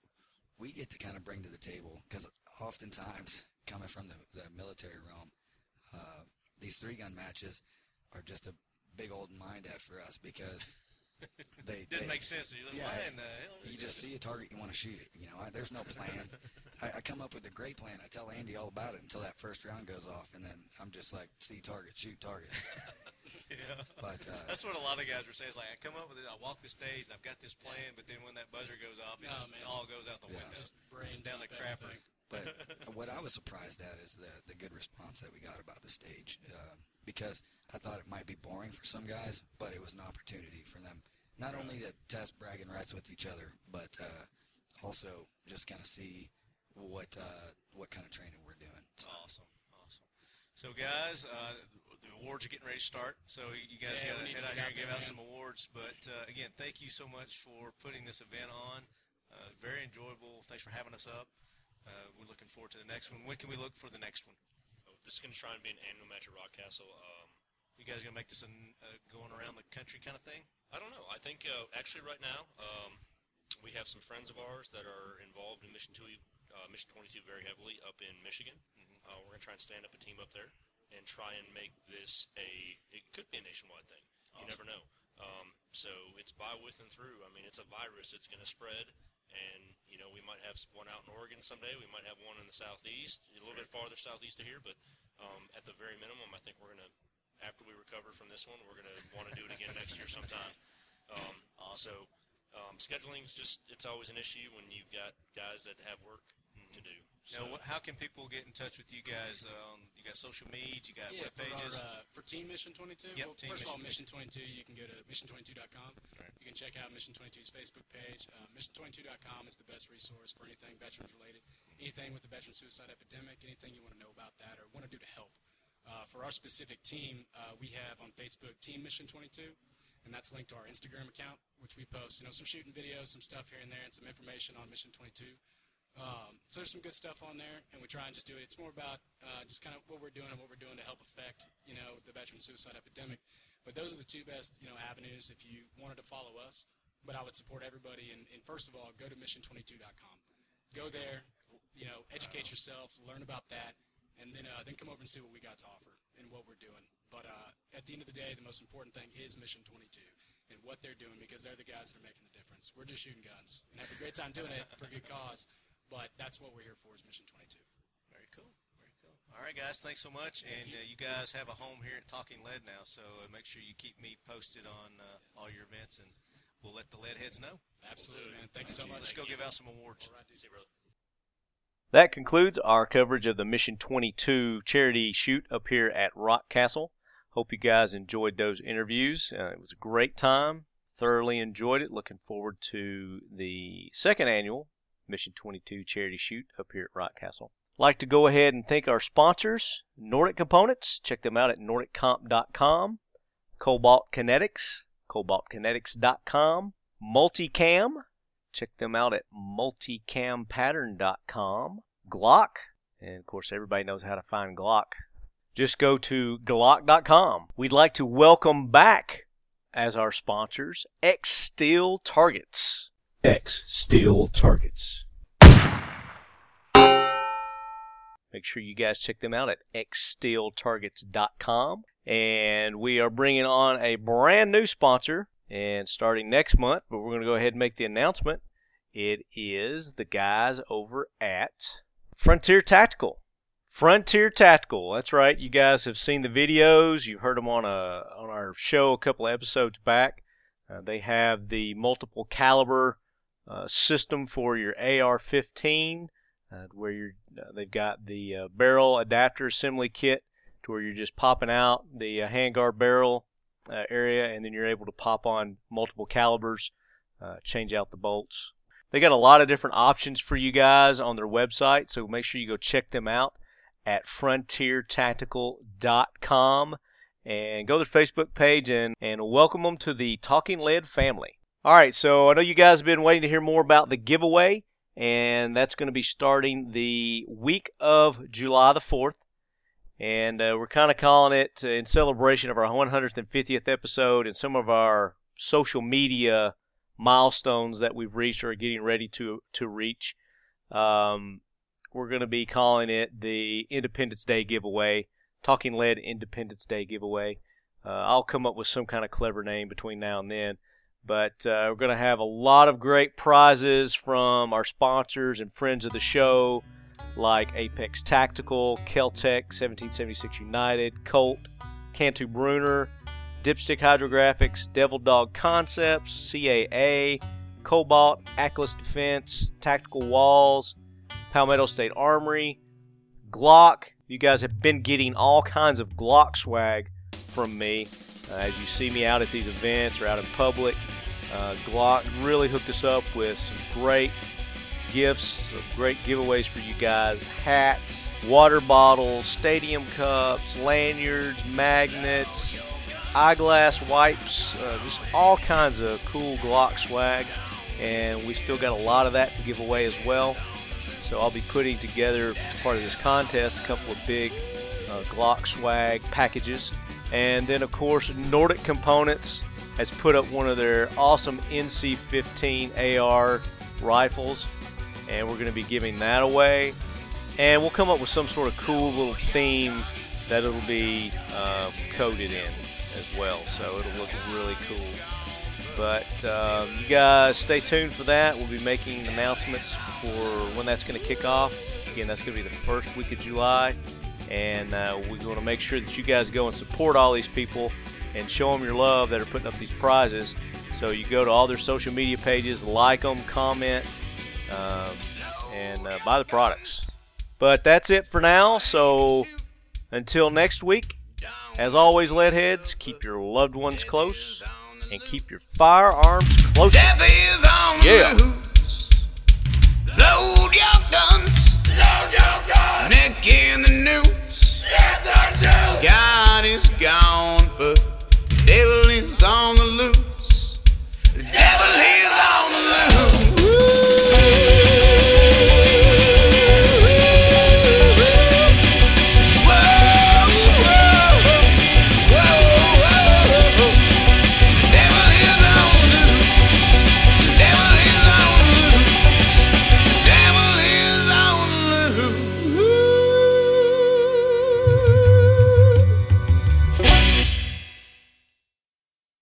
we get to kind of bring to the table because oftentimes coming from the, the military realm, uh, these three gun matches are just a big old mind f for us because they <laughs> Didn't they- make sense. You're like, Yeah. why in the hell? you just see a target, you want to shoot it. You know, I, there's no <laughs> plan. I, I come up with a great plan. I tell Andy all about it until that first round goes off, and then I'm just like, see target, shoot target. Yeah. But uh, <laughs> That's what a lot of guys were saying. It's like I come up with it, I walk the stage, and I've got this plan, but then when that buzzer goes off, it No, just Oh, man. all goes out the Yeah. window. Just brain down the dump crapper. everything. <laughs> but uh, what I was surprised at is the the good response that we got about the stage, uh, because I thought it might be boring for some guys, but it was an opportunity for them not only to test bragging rights with each other, but uh, also just kind of see what uh, what kind of training we're doing. So, Awesome, awesome. So guys, uh, the awards are getting ready to start. So you guys Yeah, got we to need head to get out here out and give there, out man. some awards. But uh, again, thank you so much for putting this event on. Uh, very enjoyable. Thanks for having us up. Uh, we're looking forward to the next one. When can we look for the next one? Oh, This is going to try and be an annual match at Rock Castle. Um, You guys gonna make this a uh, going around the country kind of thing? I don't know. I think uh, actually right now um, we have some friends of ours that are involved in Mission Two, uh, Mission Twenty Two, very heavily up in Michigan. Uh, we're gonna try and stand up a team up there and try and make this a. It could be a nationwide thing. You never know. Um, so it's by with and through. I mean, it's a virus. It's gonna spread. And you know we might have s- one out in Oregon someday. We might have one in the southeast, a little bit farther southeast of here. But um, at the very minimum, I think we're going to after we recover from this one, we're going to want to do it again next year sometime. Um, So um, scheduling's just it's always an issue when you've got guys that have work to do. So Now, wh- how can people get in touch with you guys? Um, you got social media, you got Yeah, web for, pages. our, uh, for Team Mission 22, Yep, well, Team first of all, Mission Mission 22, you can go to mission22.com. You can check out Mission 22's Facebook page. Uh, mission22.com is the best resource for anything veterans related, anything with the veteran suicide epidemic, anything you want to know about that or want to do to help. Uh, for our specific team, uh, we have on Facebook Team Mission 22, and that's linked to our Instagram account, which we post, you know, some shooting videos, some stuff here and there, and some information on Mission 22. Um, so there's some good stuff on there, and we try and just do it. It's more about uh, just kind of what we're doing and what we're doing to help affect, you know, the veteran suicide epidemic. But those are the two best, you know, avenues if you wanted to follow us. But I would support everybody, and, and first of all, go to mission22.com. Go there, you know, educate yourself, learn about that, and then uh, then come over and see what we got to offer and what we're doing. But uh, at the end of the day, the most important thing is Mission 22 and what they're doing because they're the guys that are making the difference. We're just shooting guns and have a great time doing it for a good cause. But that's what we're here for is Mission 22. Very cool. Very cool. All right, guys, thanks so much. and you. Uh, you guys have a home here at Talking Lead now, so uh, make sure you keep me posted on uh, all your events, and we'll let the lead heads know. Absolutely, man. Thanks so much. Let's go give out some awards. All right, dude. see, brother. That concludes our coverage of the Mission 22 charity shoot up here at Rock Castle. Hope you guys enjoyed those interviews. Uh, it was a great time. Thoroughly enjoyed it. Looking forward to the second annual Mission 22 charity shoot up here at Rock Castle. Like to go ahead and thank our sponsors, Nordic Components. Check them out at nordiccomp.com, Cobalt Kinetics, cobaltkinetics.com, Multicam. Check them out at multicampattern.com, Glock, and of course everybody knows how to find Glock. Just go to glock.com. We'd like to welcome back as our sponsors X Steel Targets. X Steel Targets. Make sure you guys check them out at xsteeltargets.com. And we are bringing on a brand new sponsor, and starting next month, but we're going to go ahead and make the announcement. It is the guys over at Frontier Tactical. Frontier Tactical. That's right. You guys have seen the videos. You've heard them on a on our show a couple of episodes back. Uh, they have the multiple caliber uh, system for your AR-15, uh, where you're they've got the uh, barrel adapter assembly kit to where you're just popping out the uh, handguard barrel uh, area, and then you're able to pop on multiple calibers, uh, change out the bolts. They got a lot of different options for you guys on their website, so make sure you go check them out at frontiertactical.com and go to their Facebook page and, and welcome them to the Talking Lead family. All right, so I know you guys have been waiting to hear more about the giveaway, and that's going to be starting the week of July the 4th and uh, we're kind of calling it uh, in celebration of our 150th episode and some of our social media milestones that we've reached or are getting ready to to reach. Um, we're going to be calling it the Independence Day giveaway, Talking Lead Independence Day giveaway. Uh, I'll come up with some kind of clever name between now and then. But uh, we're going to have a lot of great prizes from our sponsors and friends of the show like Apex Tactical, Keltec, 1776 United, Colt, Cantu Bruner, Dipstick Hydrographics, Devil Dog Concepts, CAA, Cobalt, Atlas Defense, Tactical Walls, Palmetto State Armory, Glock. You guys have been getting all kinds of Glock swag from me uh, as you see me out at these events or out in public. Uh, Glock really hooked us up with some great gifts, great giveaways for you guys hats, water bottles, stadium cups, lanyards, magnets, eyeglass wipes, uh, just all kinds of cool Glock swag. And we still got a lot of that to give away as well. So I'll be putting together, as part of this contest, a couple of big uh, Glock swag packages. And then, of course, Nordic Components has put up one of their awesome NC15 AR rifles and we're going to be giving that away. And we'll come up with some sort of cool little theme that it'll be uh, coded in as well, so it'll look really cool. But um, you guys stay tuned for that. We'll be making announcements for when that's going to kick off. Again, that's going to be the first week of July, and uh, we're going to make sure that you guys go and support all these people and show them your love that are putting up these prizes. So you go to all their social media pages, like them, comment, um, and uh, buy the products. But that's it for now. So until next week, as always, leadheads, keep your loved ones close and keep your firearms close. yeah. Load your guns. Load your guns. Nicky.